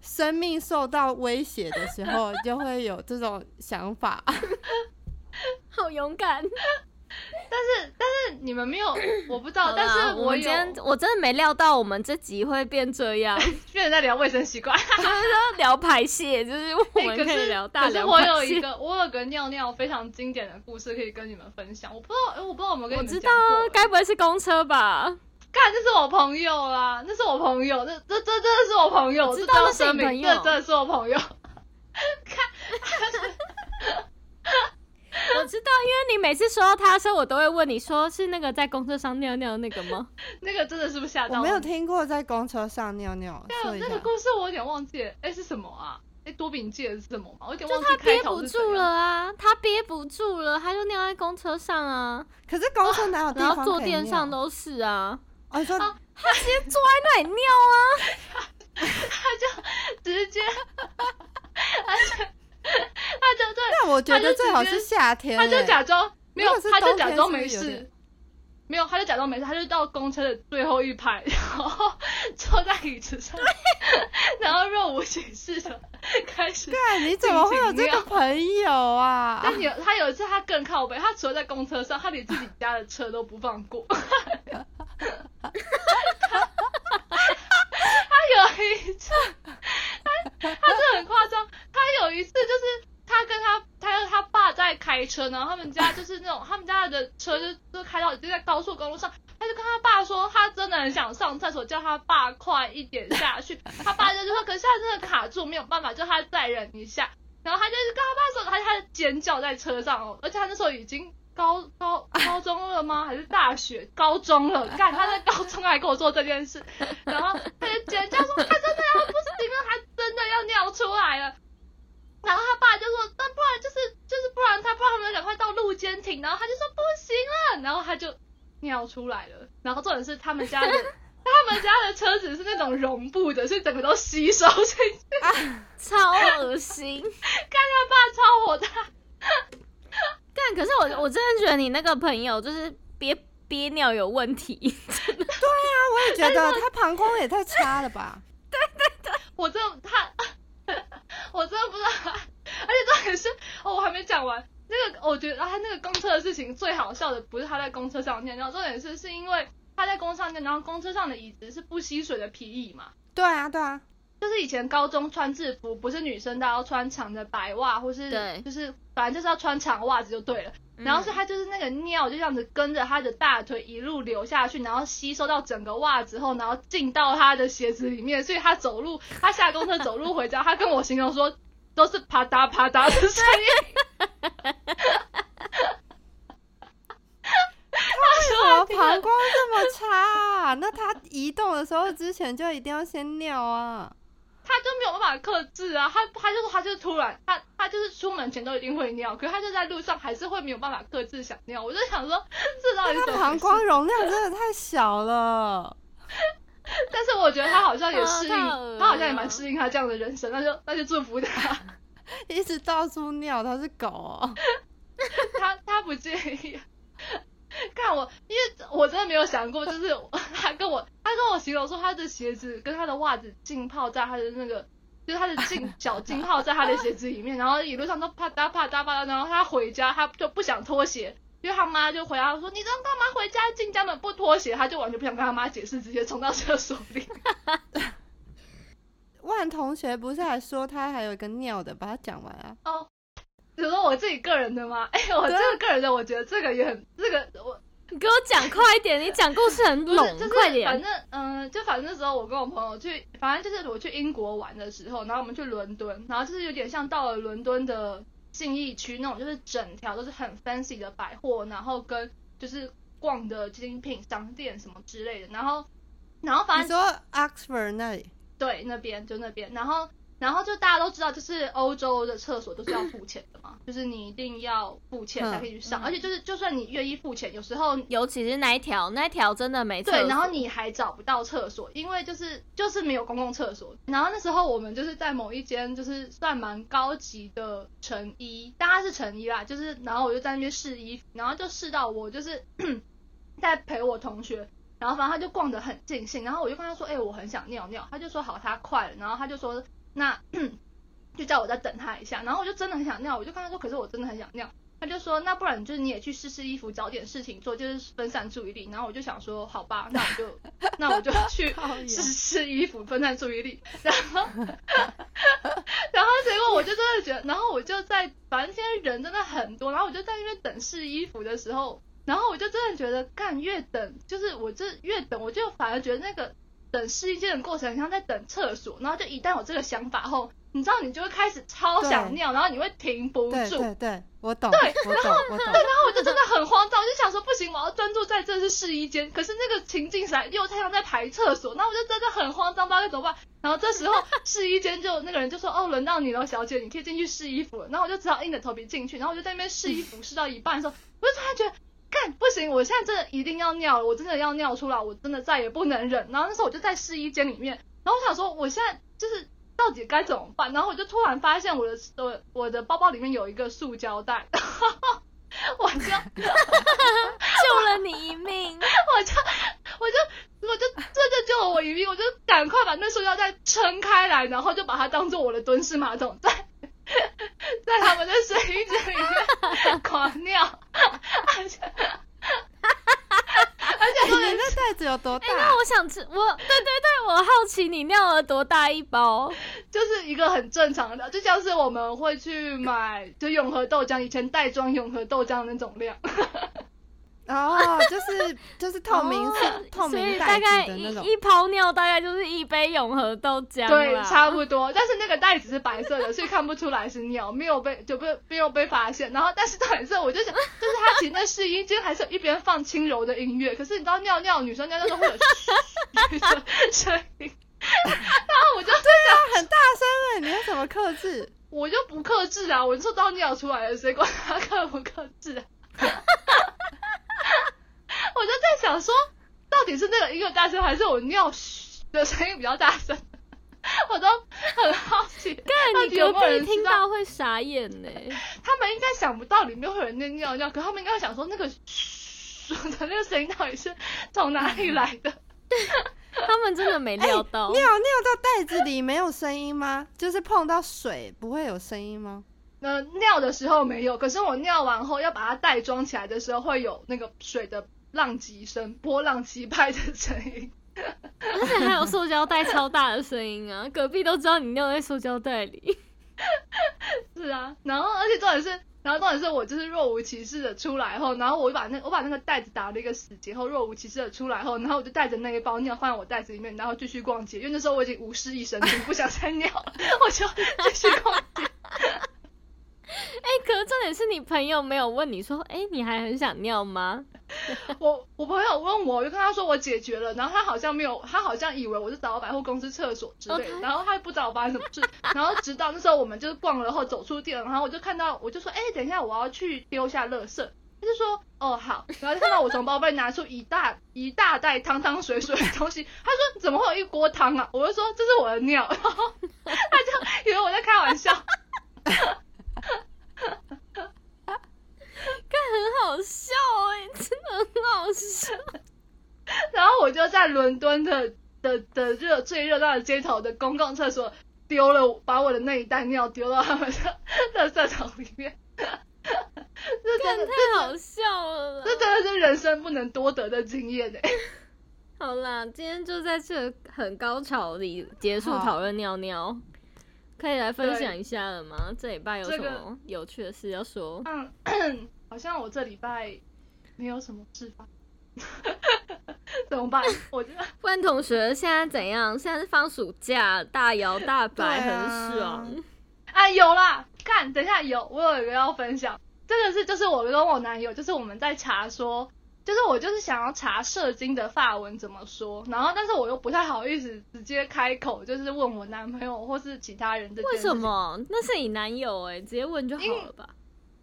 [SPEAKER 2] 生命受到威胁的时候，你就会有这种想 法。
[SPEAKER 1] 好勇敢！
[SPEAKER 3] 你们没有，我不知
[SPEAKER 1] 好
[SPEAKER 3] 道，
[SPEAKER 1] 啦
[SPEAKER 3] 但是
[SPEAKER 1] 我们今
[SPEAKER 3] 有
[SPEAKER 1] 天我真的没料到我们这集会变这 样，
[SPEAKER 3] 别人在聊卫生习惯。
[SPEAKER 1] 要聊排泄，就是我
[SPEAKER 3] 哎
[SPEAKER 1] 们
[SPEAKER 3] 可
[SPEAKER 1] 可以
[SPEAKER 3] 是
[SPEAKER 1] 聊 大
[SPEAKER 3] 可是
[SPEAKER 1] 聊
[SPEAKER 3] 我
[SPEAKER 1] 排
[SPEAKER 3] 有一
[SPEAKER 1] 泄。
[SPEAKER 3] 个我有个尿尿非常经典的故事可以跟你们分享，我不知道，哎，我不知道有没有跟
[SPEAKER 1] 我
[SPEAKER 3] 你
[SPEAKER 1] 知
[SPEAKER 3] 们
[SPEAKER 1] 道
[SPEAKER 3] 讲过。
[SPEAKER 1] 啊，该不会是公车吧？
[SPEAKER 3] 干，这是我朋友啦，这是我朋友，这这这真的是我朋友，
[SPEAKER 1] 我知
[SPEAKER 3] 这
[SPEAKER 1] 道
[SPEAKER 3] 都要
[SPEAKER 1] 那是
[SPEAKER 3] 声
[SPEAKER 1] 你朋
[SPEAKER 3] 明，
[SPEAKER 1] 友
[SPEAKER 3] 这真的是我朋友。
[SPEAKER 1] 我知道，因为你每次说到他的时候，我都会问你说是那个在公车上尿尿的那个吗？
[SPEAKER 3] 那个真的是不是吓
[SPEAKER 2] 我
[SPEAKER 3] 到？
[SPEAKER 2] 没有听过在公车上尿尿，
[SPEAKER 3] 那
[SPEAKER 2] 说
[SPEAKER 3] 个
[SPEAKER 2] 一
[SPEAKER 3] 那
[SPEAKER 2] 下
[SPEAKER 3] 个。故事我有点忘记了，哎、是什么啊？哎、多饼记得是什么吗？我有点忘记
[SPEAKER 1] 他
[SPEAKER 3] 开
[SPEAKER 1] 憋
[SPEAKER 3] 头
[SPEAKER 1] 不
[SPEAKER 3] 是
[SPEAKER 1] 住
[SPEAKER 3] 怎
[SPEAKER 1] 了
[SPEAKER 3] 样。
[SPEAKER 1] 啊，他憋不住了，他就尿在公车上啊，
[SPEAKER 2] 可是公车哪有哦地
[SPEAKER 1] 然后
[SPEAKER 2] 方
[SPEAKER 1] 坐
[SPEAKER 2] 可以
[SPEAKER 1] 垫上
[SPEAKER 2] 尿
[SPEAKER 1] 都是啊，
[SPEAKER 2] 哦，你说
[SPEAKER 3] 啊
[SPEAKER 1] 他直接坐在那里尿啊，
[SPEAKER 3] 他就直接， 他就他就对，
[SPEAKER 2] 那我觉
[SPEAKER 3] 他
[SPEAKER 2] 得
[SPEAKER 3] 就
[SPEAKER 2] 最
[SPEAKER 3] 直
[SPEAKER 2] 好
[SPEAKER 3] 接
[SPEAKER 2] 是夏天欸、
[SPEAKER 3] 他就假装没有
[SPEAKER 2] 如果，是
[SPEAKER 3] 他就
[SPEAKER 2] 冬
[SPEAKER 3] 假
[SPEAKER 2] 天
[SPEAKER 3] 装
[SPEAKER 2] 是不
[SPEAKER 3] 没
[SPEAKER 2] 是有
[SPEAKER 3] 事
[SPEAKER 2] 点，
[SPEAKER 3] 没有，他就假装没事，他就到公车的最后一排， 然后坐在椅子上，然后若无其事的开始
[SPEAKER 2] 哎，你怎么会有
[SPEAKER 3] 尽情
[SPEAKER 2] 这个
[SPEAKER 3] 尿
[SPEAKER 2] 朋 友啊？
[SPEAKER 3] 但有他有一次他更靠北，他除了在公车上，他连自己家的车都不放过。 他他有一次，他他这很夸张，他有一次就是。他跟他，他他爸在开车，然后他们家就是那种，他们家的车就就开到已经在高速公路上，他就跟他爸说，他真的很想上厕所，叫他爸快一点下去。他爸就说，可是他真的卡住，没有办法，叫他再忍一下。然后他就是跟他爸说，他他尖叫在车上哦，而且他那时候已经高高高中了吗？还 是大学高中了？干，他在高中还跟我做这件事，然后他就尖叫说他真的要不行了，他真的要尿出来了。然后他爸就说，那不然就是就是不然他不然他们赶快到路肩停，然后他就说尿出来了，然后重点是他们家的他们家的车子是那种绒布的，所以整个都吸收进去，
[SPEAKER 1] 超恶心。
[SPEAKER 3] 看他爸超火大，
[SPEAKER 1] 但可是我我真的觉得你那个朋友就是憋憋尿有问题，
[SPEAKER 2] 啊我也觉得他膀胱也太差了吧？
[SPEAKER 3] 我真的他， 我真的不知道 他，而且重点是，哦，我还没讲完。那个我觉得啊他那个公车的事情最好笑的不是他在公车上尿尿，重点是是因为他在公车上尿尿，然后公车上的椅子是不吸水的皮椅嘛，
[SPEAKER 2] 对啊，对啊，
[SPEAKER 3] 就是以前高中穿制服，不是女生都要穿长的白袜，或是
[SPEAKER 1] 对
[SPEAKER 3] 就是反正就是要穿长袜子就对了。
[SPEAKER 1] 嗯
[SPEAKER 3] 然后是他就是那个尿就这样子跟着他的大腿一路流下去，然后吸收到整个袜子后，然后进到他的鞋子里面，所以他走路，他下公车走路回家，他跟我形容说都是啪嗒啪嗒的声音。
[SPEAKER 2] 为什
[SPEAKER 3] 他
[SPEAKER 2] 么
[SPEAKER 3] 说
[SPEAKER 2] 膀胱这么差啊、那他移动的时候之前就一定要先 尿啊？
[SPEAKER 3] 他就没有办法克制啊，他他就他就是突然他他就是出门前都一定会尿，可是他就在路上还是会没有办法克制想尿。我就想说，这 到底
[SPEAKER 2] 他
[SPEAKER 3] 怎么
[SPEAKER 2] 膀
[SPEAKER 3] 回事
[SPEAKER 2] 胱容量真的太小了。
[SPEAKER 3] 但是我觉得他好像也适应，
[SPEAKER 1] 啊太恶了
[SPEAKER 3] 他好像也蛮适应他这样的人生，那就那就祝福他，
[SPEAKER 2] 一直到处尿，他是狗、哦。
[SPEAKER 3] 他他不介意。看我，因为我真的没有想过，就是我他跟我，他跟我形容说他的鞋子跟他的袜子浸泡在他的那个，就是他的浸脚浸泡在他的鞋子里面，然后一路上都啪嗒啪嗒啪嗒，然后他回家他就不想脱鞋，因为他妈就回答说你这样干嘛回家进家门不脱鞋，他就完全不想跟他妈解释，直接冲到厕所里。
[SPEAKER 2] 万同学不是还说他还有一个尿的，把它讲完啊？
[SPEAKER 3] 比如说我自己个人的吗？哎、 我这
[SPEAKER 2] 对啊
[SPEAKER 3] 个个人的，我觉得这个也很这个我
[SPEAKER 1] 你给我讲快一点，你讲故事很
[SPEAKER 3] 不是
[SPEAKER 1] 拢，
[SPEAKER 3] 就是
[SPEAKER 1] 快
[SPEAKER 3] 反
[SPEAKER 1] 点。
[SPEAKER 3] 正嗯、就反正那时候我跟我朋友去，反正就是我去英国玩的时候，然后我们去伦敦，然后就是有点像到了伦敦的信义区那种，就是整条都是很 fancy 的百货，然后跟就是逛的精品商店什么之类的，然后然后反
[SPEAKER 1] 啊
[SPEAKER 2] 你
[SPEAKER 3] 正
[SPEAKER 2] 说 Oxford 那 里，
[SPEAKER 3] 对那边就那边，然后然后就大家都知道，就是欧洲的厕所都是要付钱的嘛，就是你一定要付钱才可以去上，
[SPEAKER 1] 嗯
[SPEAKER 3] 而且就是就算你愿意付钱，有时候
[SPEAKER 1] 尤其是那一条，那一条真的没厕所
[SPEAKER 3] 对，然后你还找不到厕所，因为就是就是没有公共厕所。然后那时候我们就是在某一间就是算蛮高级的成衣，当然是成衣啦，就是然后我就在那边试衣服，然后就试到我就是 在陪我同学。然后反正他就逛得很尽兴，然后我就跟他说：“哎、我很想尿尿。”他就说：“好，他快了。”然后他就说：“那 就叫我再等他一下。”然后我就真的很想尿，我就跟他说：“可是我真的很想尿。”他就说：“那不然就是你也去试试衣服，找点事情做，就是分散注意力。”然后我就想说：“好吧，那我就那我就去
[SPEAKER 2] 靠腰
[SPEAKER 3] 试试衣服，分散注意力。”然后 然后结果我就真的觉得，然后我就在反正现在人真的很多，然后我就在那边等试衣服的时候，然后我就真的觉得干越等，就是我这越等，我就反而觉得那个等试衣间的过程很像在等厕所，然后就一旦有这个想法后，你知道你就会开始超想
[SPEAKER 2] 对
[SPEAKER 3] 尿，然后你会停不
[SPEAKER 2] 对
[SPEAKER 3] 住。
[SPEAKER 2] 对对，我懂，我懂，我懂。
[SPEAKER 3] 然后我就真的很慌张，我就想说不行，我要专注在这是试衣间，可是那个情境上又太像在排厕所，那我就真的很慌张，不知道该怎么办。然后这时候试衣间就那个人就说：“哦，轮到你了，小姐，你可以进去试衣服了。”然后我就只好硬着头皮进去，然后我就在那边试衣服，试到一半的时候，我就突然觉得。干不行！我现在真的一定要尿了，我真的要尿出来，我真的再也不能忍。然后那时候我就在试衣间里面，然后我想说，我现在就是到底该怎么办？然后我就突然发现我的我我的包包里面有一个塑胶袋， 然后我就
[SPEAKER 1] 救了你一 命，
[SPEAKER 3] 我就我就我就这就救了我一命，我就赶快把那塑胶袋撑开来，然后就把它当做我的蹲式马桶，在在他们的水衣间里面狂尿，而且而且
[SPEAKER 2] 你
[SPEAKER 3] 重点
[SPEAKER 2] 那袋子有多大
[SPEAKER 1] 哎、？那我想知，我对对对，我好奇你尿了多大一包？
[SPEAKER 3] 就是一个很正常的，就像是我们会去买就永和豆浆，以前袋装永和豆浆的那种量，
[SPEAKER 2] 哦，就是 就是透明
[SPEAKER 1] 哦
[SPEAKER 2] 是透
[SPEAKER 1] 所
[SPEAKER 2] 明
[SPEAKER 1] 以大
[SPEAKER 2] 袋
[SPEAKER 1] 概
[SPEAKER 2] 子的
[SPEAKER 1] 一
[SPEAKER 2] 那种。
[SPEAKER 1] 一泡尿大概就是一杯永和豆浆
[SPEAKER 3] 对，
[SPEAKER 1] 啦
[SPEAKER 3] 差不多。但是那个袋子是白色的，所以看不出来是尿，没有被就被没有被发现。然后，但是短色，我就想，就是他其实那试衣间还是有一边放轻柔的音乐，可是你知道尿尿女生尿尿都会有 嘘的声音， 然后我就
[SPEAKER 2] 啊很大声哎，你要怎么克制？
[SPEAKER 3] 我就不克制啊，我就知道 尿出来了，谁管他克不克制啊？我就在想说，到底是那个音乐大声，还是我尿嘘的声音比较大声？ 我都很好 奇，
[SPEAKER 1] 但
[SPEAKER 3] 到
[SPEAKER 1] 哎你
[SPEAKER 3] 底有
[SPEAKER 1] 隔
[SPEAKER 3] 没有
[SPEAKER 1] 壁
[SPEAKER 3] 人知
[SPEAKER 1] 听
[SPEAKER 3] 道？
[SPEAKER 1] 到会傻眼呢、
[SPEAKER 3] 他们应该想不到里面会有人在尿尿，可他们应该会想说那个嘘 的那个声音到底是从哪里来的？
[SPEAKER 1] 他们真的没
[SPEAKER 2] 哎
[SPEAKER 1] 料到，
[SPEAKER 2] 尿尿到袋子里没有声音吗？ 就是碰到水不会有声音吗？
[SPEAKER 3] 那尿的时候没有，可是我尿完后要把它袋装起来的时候，会有那个水的浪急声、波浪击拍的声音。
[SPEAKER 1] 而且还有塑胶袋超大的声音啊！隔壁都知道你尿在塑胶袋里，
[SPEAKER 3] 是啊，然后而且重点是，然后重点是我就是若无其事的出来后，然后我就把那我把那个袋子打了一个死结后，若无其事的出来后，然后我就带着那一包尿放在我袋子里面，然后继续逛街，因为那时候我已经无事一身轻，不想再尿了，我就继续逛街。
[SPEAKER 1] 哎、可是重点是你朋友没有问你说，哎、你还很想尿吗？
[SPEAKER 3] 我我朋友问我，我就跟他说我解决了，然后他好像没有，他好像以为我是找到百货公司厕所之类的，然后他也不知道我发生什么事， 然后直到那时候我们就是逛了后走出店，然后我就看到我就说，哎、等一下我要去丢下垃圾，他就说，哦好，然后就看到我从包包里拿出一大 一大袋汤汤水水的东西，他说怎么会有一锅汤啊？我就说这是我的尿， 然后他就以为我在开玩笑，
[SPEAKER 1] 很好笑哎、 真的很好笑。
[SPEAKER 3] 然后我就在伦敦的的的热最热闹的街头的公共厕所丢了，把我的那一袋尿丢到他们的垃圾桶里面。这真的，
[SPEAKER 1] 太好笑了
[SPEAKER 3] 这
[SPEAKER 1] 啦！
[SPEAKER 3] 真的是人生不能多得的经验哎、
[SPEAKER 1] 好啦，今天就在这很高潮里结束
[SPEAKER 2] 好
[SPEAKER 1] 讨论尿尿，可以来分
[SPEAKER 3] 对
[SPEAKER 1] 享一下了吗？这礼拜有
[SPEAKER 3] 这
[SPEAKER 1] 什
[SPEAKER 3] 个
[SPEAKER 1] 么有趣的事要说？
[SPEAKER 3] 嗯，好像我这礼拜没有什么事吧？ 怎么办？我觉得
[SPEAKER 1] 万同学现在怎样？现在是放暑假，大摇大摆，
[SPEAKER 2] 对啊
[SPEAKER 1] 很爽。
[SPEAKER 3] 啊，有啦，看，等一下有，我有一个要分享，这个是就是我跟我男友，就是我们在查说，就是我就是想要查射精的法文怎么说，然后但是我又不太好意思直接开口，就是问我男朋友或是其他人这件
[SPEAKER 1] 为
[SPEAKER 3] 事情
[SPEAKER 1] 什？ 么？那是你男友哎、直接问就好了吧？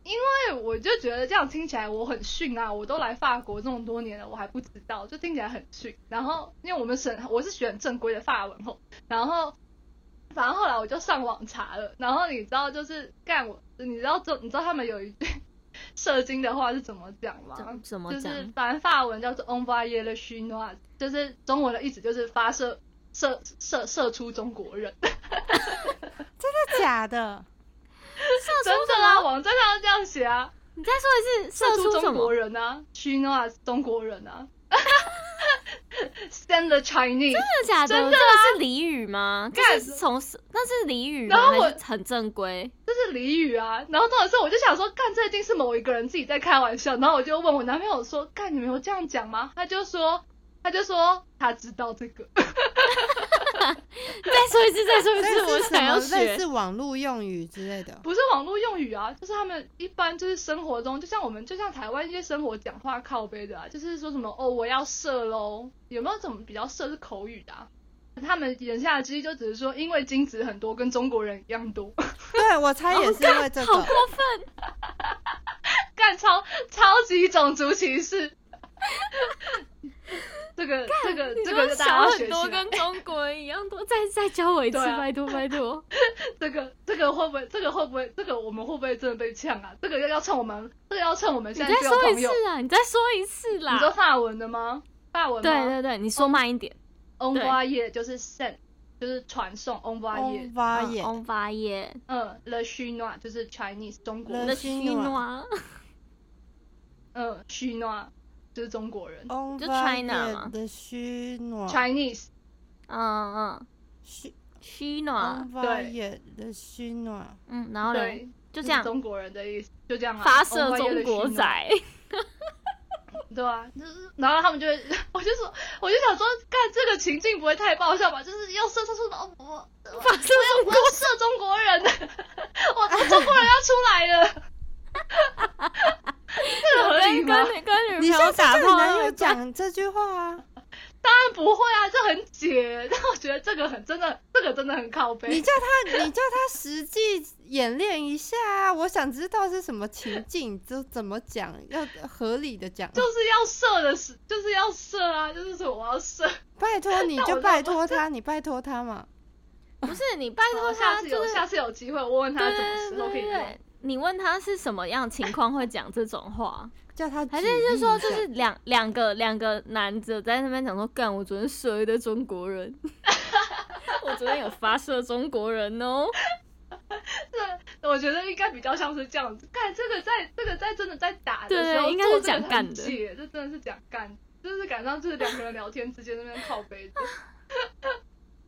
[SPEAKER 3] 因为我就觉得这样听起来我很逊啊，我都来法国这么多年了，我还不知道，就听起来很逊。然后因为我们省我是选正规的法文后，然后反正后来我就上网查了，然后你知道就是干我，你知道这你知道他们有一句射精的话是怎么讲吗？
[SPEAKER 1] 怎怎么
[SPEAKER 3] 啊就
[SPEAKER 1] 讲？
[SPEAKER 3] 是反正法文叫做 on va y e le chinois，就是中文的意思就是发射射射射出中国人。
[SPEAKER 2] 真的假 的？
[SPEAKER 1] 射
[SPEAKER 3] 真
[SPEAKER 1] 出
[SPEAKER 3] 的
[SPEAKER 1] 什
[SPEAKER 3] 啊，
[SPEAKER 1] 么？
[SPEAKER 3] 网站上是这样写啊。
[SPEAKER 1] 你再说一次，射出什
[SPEAKER 3] 中
[SPEAKER 1] 么
[SPEAKER 3] 国？人啊，China 中国人啊 ，Stand the Chinese。
[SPEAKER 1] 真的假的？
[SPEAKER 3] 真的
[SPEAKER 1] 这
[SPEAKER 3] 啊
[SPEAKER 1] 个是俚语吗？这
[SPEAKER 3] 干
[SPEAKER 1] 是从那是俚语
[SPEAKER 3] 然
[SPEAKER 1] 吗？
[SPEAKER 3] 后我
[SPEAKER 1] 还是很正规？
[SPEAKER 3] 这是俚语啊。然后重点是，我就想说，干，这一定是某一个人自己在开玩笑。然后我就问我男朋友说，干，你们有这样讲吗？他就说，他就说他知道这个。
[SPEAKER 1] 再说一次，再说一
[SPEAKER 2] 所
[SPEAKER 1] 次，我
[SPEAKER 2] 以是什
[SPEAKER 1] 想
[SPEAKER 2] 么
[SPEAKER 1] 要
[SPEAKER 2] 类
[SPEAKER 1] 学。
[SPEAKER 2] 似网络用语之类的？
[SPEAKER 3] 不是网络用语啊，就是他们一般就是生活中，就像我们就像台湾一些生活讲话靠背的啊，就是说什么哦我要射喽，有没有怎么比较射是口语的、啊？他们言下之意就只是说，因为精子很多，跟中国人一样多，
[SPEAKER 2] 对，我猜也是因为这
[SPEAKER 1] 哦好
[SPEAKER 2] 个
[SPEAKER 1] 过。分！
[SPEAKER 3] 干超超级种族歧视。这个这个
[SPEAKER 1] 你
[SPEAKER 3] 这个
[SPEAKER 1] 说
[SPEAKER 3] 就大家
[SPEAKER 1] 小
[SPEAKER 3] 要学啊
[SPEAKER 1] 很
[SPEAKER 3] 起
[SPEAKER 1] 多
[SPEAKER 3] 来
[SPEAKER 1] 跟。中国人一样多，再再教我一次，
[SPEAKER 3] 对啊
[SPEAKER 1] 拜托拜 托。
[SPEAKER 3] 这个这个会不会这个会不会这个我们会不会真的被呛啊？这个要要趁我们这个要趁我们
[SPEAKER 1] 你
[SPEAKER 3] 现
[SPEAKER 1] 再
[SPEAKER 3] 在只有
[SPEAKER 1] 说一
[SPEAKER 3] 朋友。
[SPEAKER 1] 次啊！你再说一次
[SPEAKER 3] 你说哦
[SPEAKER 1] 啦！
[SPEAKER 3] 法文的吗？法文吗？
[SPEAKER 1] 对对对，你说慢一点。
[SPEAKER 3] on
[SPEAKER 1] 对
[SPEAKER 3] va 耶就是 send，就是传送 on va 耶。
[SPEAKER 2] 发
[SPEAKER 1] 嗯
[SPEAKER 2] 眼，
[SPEAKER 1] on va 耶，
[SPEAKER 3] 嗯，le chinois 就是 Chinese 中国
[SPEAKER 2] Le
[SPEAKER 1] 那
[SPEAKER 3] 人，
[SPEAKER 1] 虚
[SPEAKER 3] 啊
[SPEAKER 1] 啊暖，
[SPEAKER 3] 嗯，chinois 就是中国人
[SPEAKER 1] 就 China 嘛
[SPEAKER 2] 嗯的虚暖，
[SPEAKER 3] ，Chinese
[SPEAKER 1] 嗯嗯，
[SPEAKER 2] 虚嗯
[SPEAKER 1] 虚
[SPEAKER 3] 哦
[SPEAKER 1] 暖，
[SPEAKER 2] 发眼的虚暖，
[SPEAKER 1] 嗯，然后嘞，
[SPEAKER 3] 对，嗯
[SPEAKER 1] 就
[SPEAKER 3] 就
[SPEAKER 1] 这样
[SPEAKER 3] 是中国人的意思，就这样啊。
[SPEAKER 1] 发
[SPEAKER 3] on
[SPEAKER 1] 射
[SPEAKER 3] va 耶
[SPEAKER 1] 中
[SPEAKER 3] le
[SPEAKER 1] 国
[SPEAKER 3] chinois
[SPEAKER 1] 仔。
[SPEAKER 3] 对啊，就是，然后他们就会， 我就说，我就想说，干这个情境不会太爆笑吧？就是要射射射的， 哦，我我
[SPEAKER 1] 发射
[SPEAKER 3] 要我要射中国人， 我中国人要出来了， 这个合理
[SPEAKER 1] 跟
[SPEAKER 3] 吗？
[SPEAKER 1] 跟跟
[SPEAKER 2] 你
[SPEAKER 1] 女朋友
[SPEAKER 2] 下次
[SPEAKER 1] 打
[SPEAKER 2] 跟你
[SPEAKER 1] 炮啊
[SPEAKER 2] 男
[SPEAKER 1] 那
[SPEAKER 2] 友
[SPEAKER 1] 个
[SPEAKER 2] 讲这句话啊？
[SPEAKER 3] 当然不会啊，这很解，但我觉得这个很真的，这个真的很靠
[SPEAKER 2] 你
[SPEAKER 3] 背。
[SPEAKER 2] 叫他，你叫他实际演练一下啊！我想知道是什么情境，就怎么讲，要合理的讲。
[SPEAKER 3] 就是要射的是，就是要射啊！就是说我要射，
[SPEAKER 2] 拜托你
[SPEAKER 3] 那我
[SPEAKER 2] 就
[SPEAKER 3] 就
[SPEAKER 2] 拜托他，你拜托他嘛。
[SPEAKER 1] 不是你拜
[SPEAKER 3] 然后
[SPEAKER 1] 托
[SPEAKER 3] 下
[SPEAKER 1] 他，
[SPEAKER 3] 次
[SPEAKER 1] 就
[SPEAKER 3] 有
[SPEAKER 1] 是
[SPEAKER 3] 下次有机会，我问他
[SPEAKER 1] 对
[SPEAKER 3] 什么
[SPEAKER 1] 对
[SPEAKER 3] 时候
[SPEAKER 1] 对
[SPEAKER 3] 可以
[SPEAKER 1] 对
[SPEAKER 3] 用
[SPEAKER 1] 对。，你问他是什么样情况会讲这种 话，
[SPEAKER 2] 叫他
[SPEAKER 1] 还是
[SPEAKER 2] 举
[SPEAKER 1] 就是
[SPEAKER 2] 例
[SPEAKER 1] 说
[SPEAKER 2] 一
[SPEAKER 1] 就
[SPEAKER 2] 下
[SPEAKER 1] 是两两个两个男子在那边讲说，干我昨天射一堆中国 人，我昨天有发射中国人哦，
[SPEAKER 3] 这我觉得应该比较像是这样子。干这个在这个在真的在打的
[SPEAKER 1] 对
[SPEAKER 3] 时候，
[SPEAKER 1] 应该是
[SPEAKER 3] 做这个
[SPEAKER 1] 讲干
[SPEAKER 3] 很
[SPEAKER 1] 的
[SPEAKER 3] 解这真的是讲干，就是感觉上就是两个人聊天之间那边靠背的，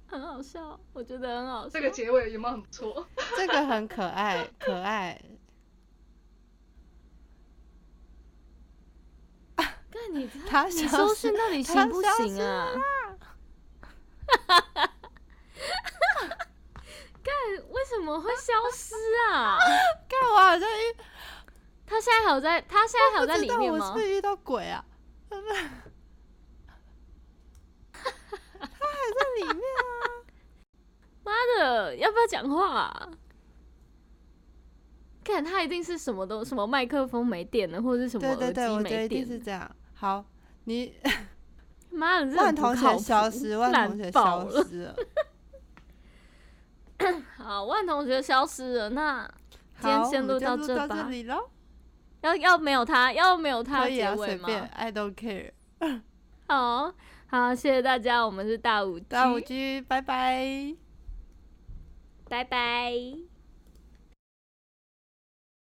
[SPEAKER 1] 很好笑，我觉得很好笑
[SPEAKER 3] 这。个结尾有没有很不错？
[SPEAKER 2] 这个很可 爱，可爱。
[SPEAKER 1] 干你这
[SPEAKER 2] 他
[SPEAKER 1] 你
[SPEAKER 2] 消
[SPEAKER 1] 收
[SPEAKER 2] 失
[SPEAKER 1] 讯到底
[SPEAKER 2] 他
[SPEAKER 1] 行不
[SPEAKER 2] 消
[SPEAKER 1] 行
[SPEAKER 2] 失
[SPEAKER 1] 啊？ 干为什么会消失啊？
[SPEAKER 2] 看我好像遇
[SPEAKER 1] 他现在还有在，他现在还有在
[SPEAKER 2] 不知
[SPEAKER 1] 里
[SPEAKER 2] 道
[SPEAKER 1] 面
[SPEAKER 2] 我是
[SPEAKER 1] 吗
[SPEAKER 2] 不？是遇到鬼啊？他还 在里面啊！
[SPEAKER 1] 妈的，要不要讲话、啊？看他一定是什么都什么麦克风没电了，或者是什么耳
[SPEAKER 2] 对对对，
[SPEAKER 1] 机
[SPEAKER 2] 我觉得
[SPEAKER 1] 没
[SPEAKER 2] 一定
[SPEAKER 1] 电
[SPEAKER 2] 是
[SPEAKER 1] 了。
[SPEAKER 2] 这样。好，你
[SPEAKER 1] 妈的，这
[SPEAKER 2] 万
[SPEAKER 1] 很不
[SPEAKER 2] 同
[SPEAKER 1] 靠
[SPEAKER 2] 学
[SPEAKER 1] 谱
[SPEAKER 2] 消失，万同学
[SPEAKER 1] 烂爆
[SPEAKER 2] 消
[SPEAKER 1] 了。
[SPEAKER 2] 失了。
[SPEAKER 1] 好，万同学消失了，那今天
[SPEAKER 2] 好，
[SPEAKER 1] 先
[SPEAKER 2] 我们
[SPEAKER 1] 录
[SPEAKER 2] 就
[SPEAKER 1] 到
[SPEAKER 2] 录
[SPEAKER 1] 这
[SPEAKER 2] 到
[SPEAKER 1] 吧
[SPEAKER 2] 这里喽。
[SPEAKER 1] 要要没有他，要没有他
[SPEAKER 2] 可以
[SPEAKER 1] 结
[SPEAKER 2] 啊，
[SPEAKER 1] 尾
[SPEAKER 2] 随
[SPEAKER 1] 吗？
[SPEAKER 2] 便，I don't care。
[SPEAKER 1] 好好，谢谢大家，我们是大五
[SPEAKER 2] 大五 G，拜拜。
[SPEAKER 1] 拜拜。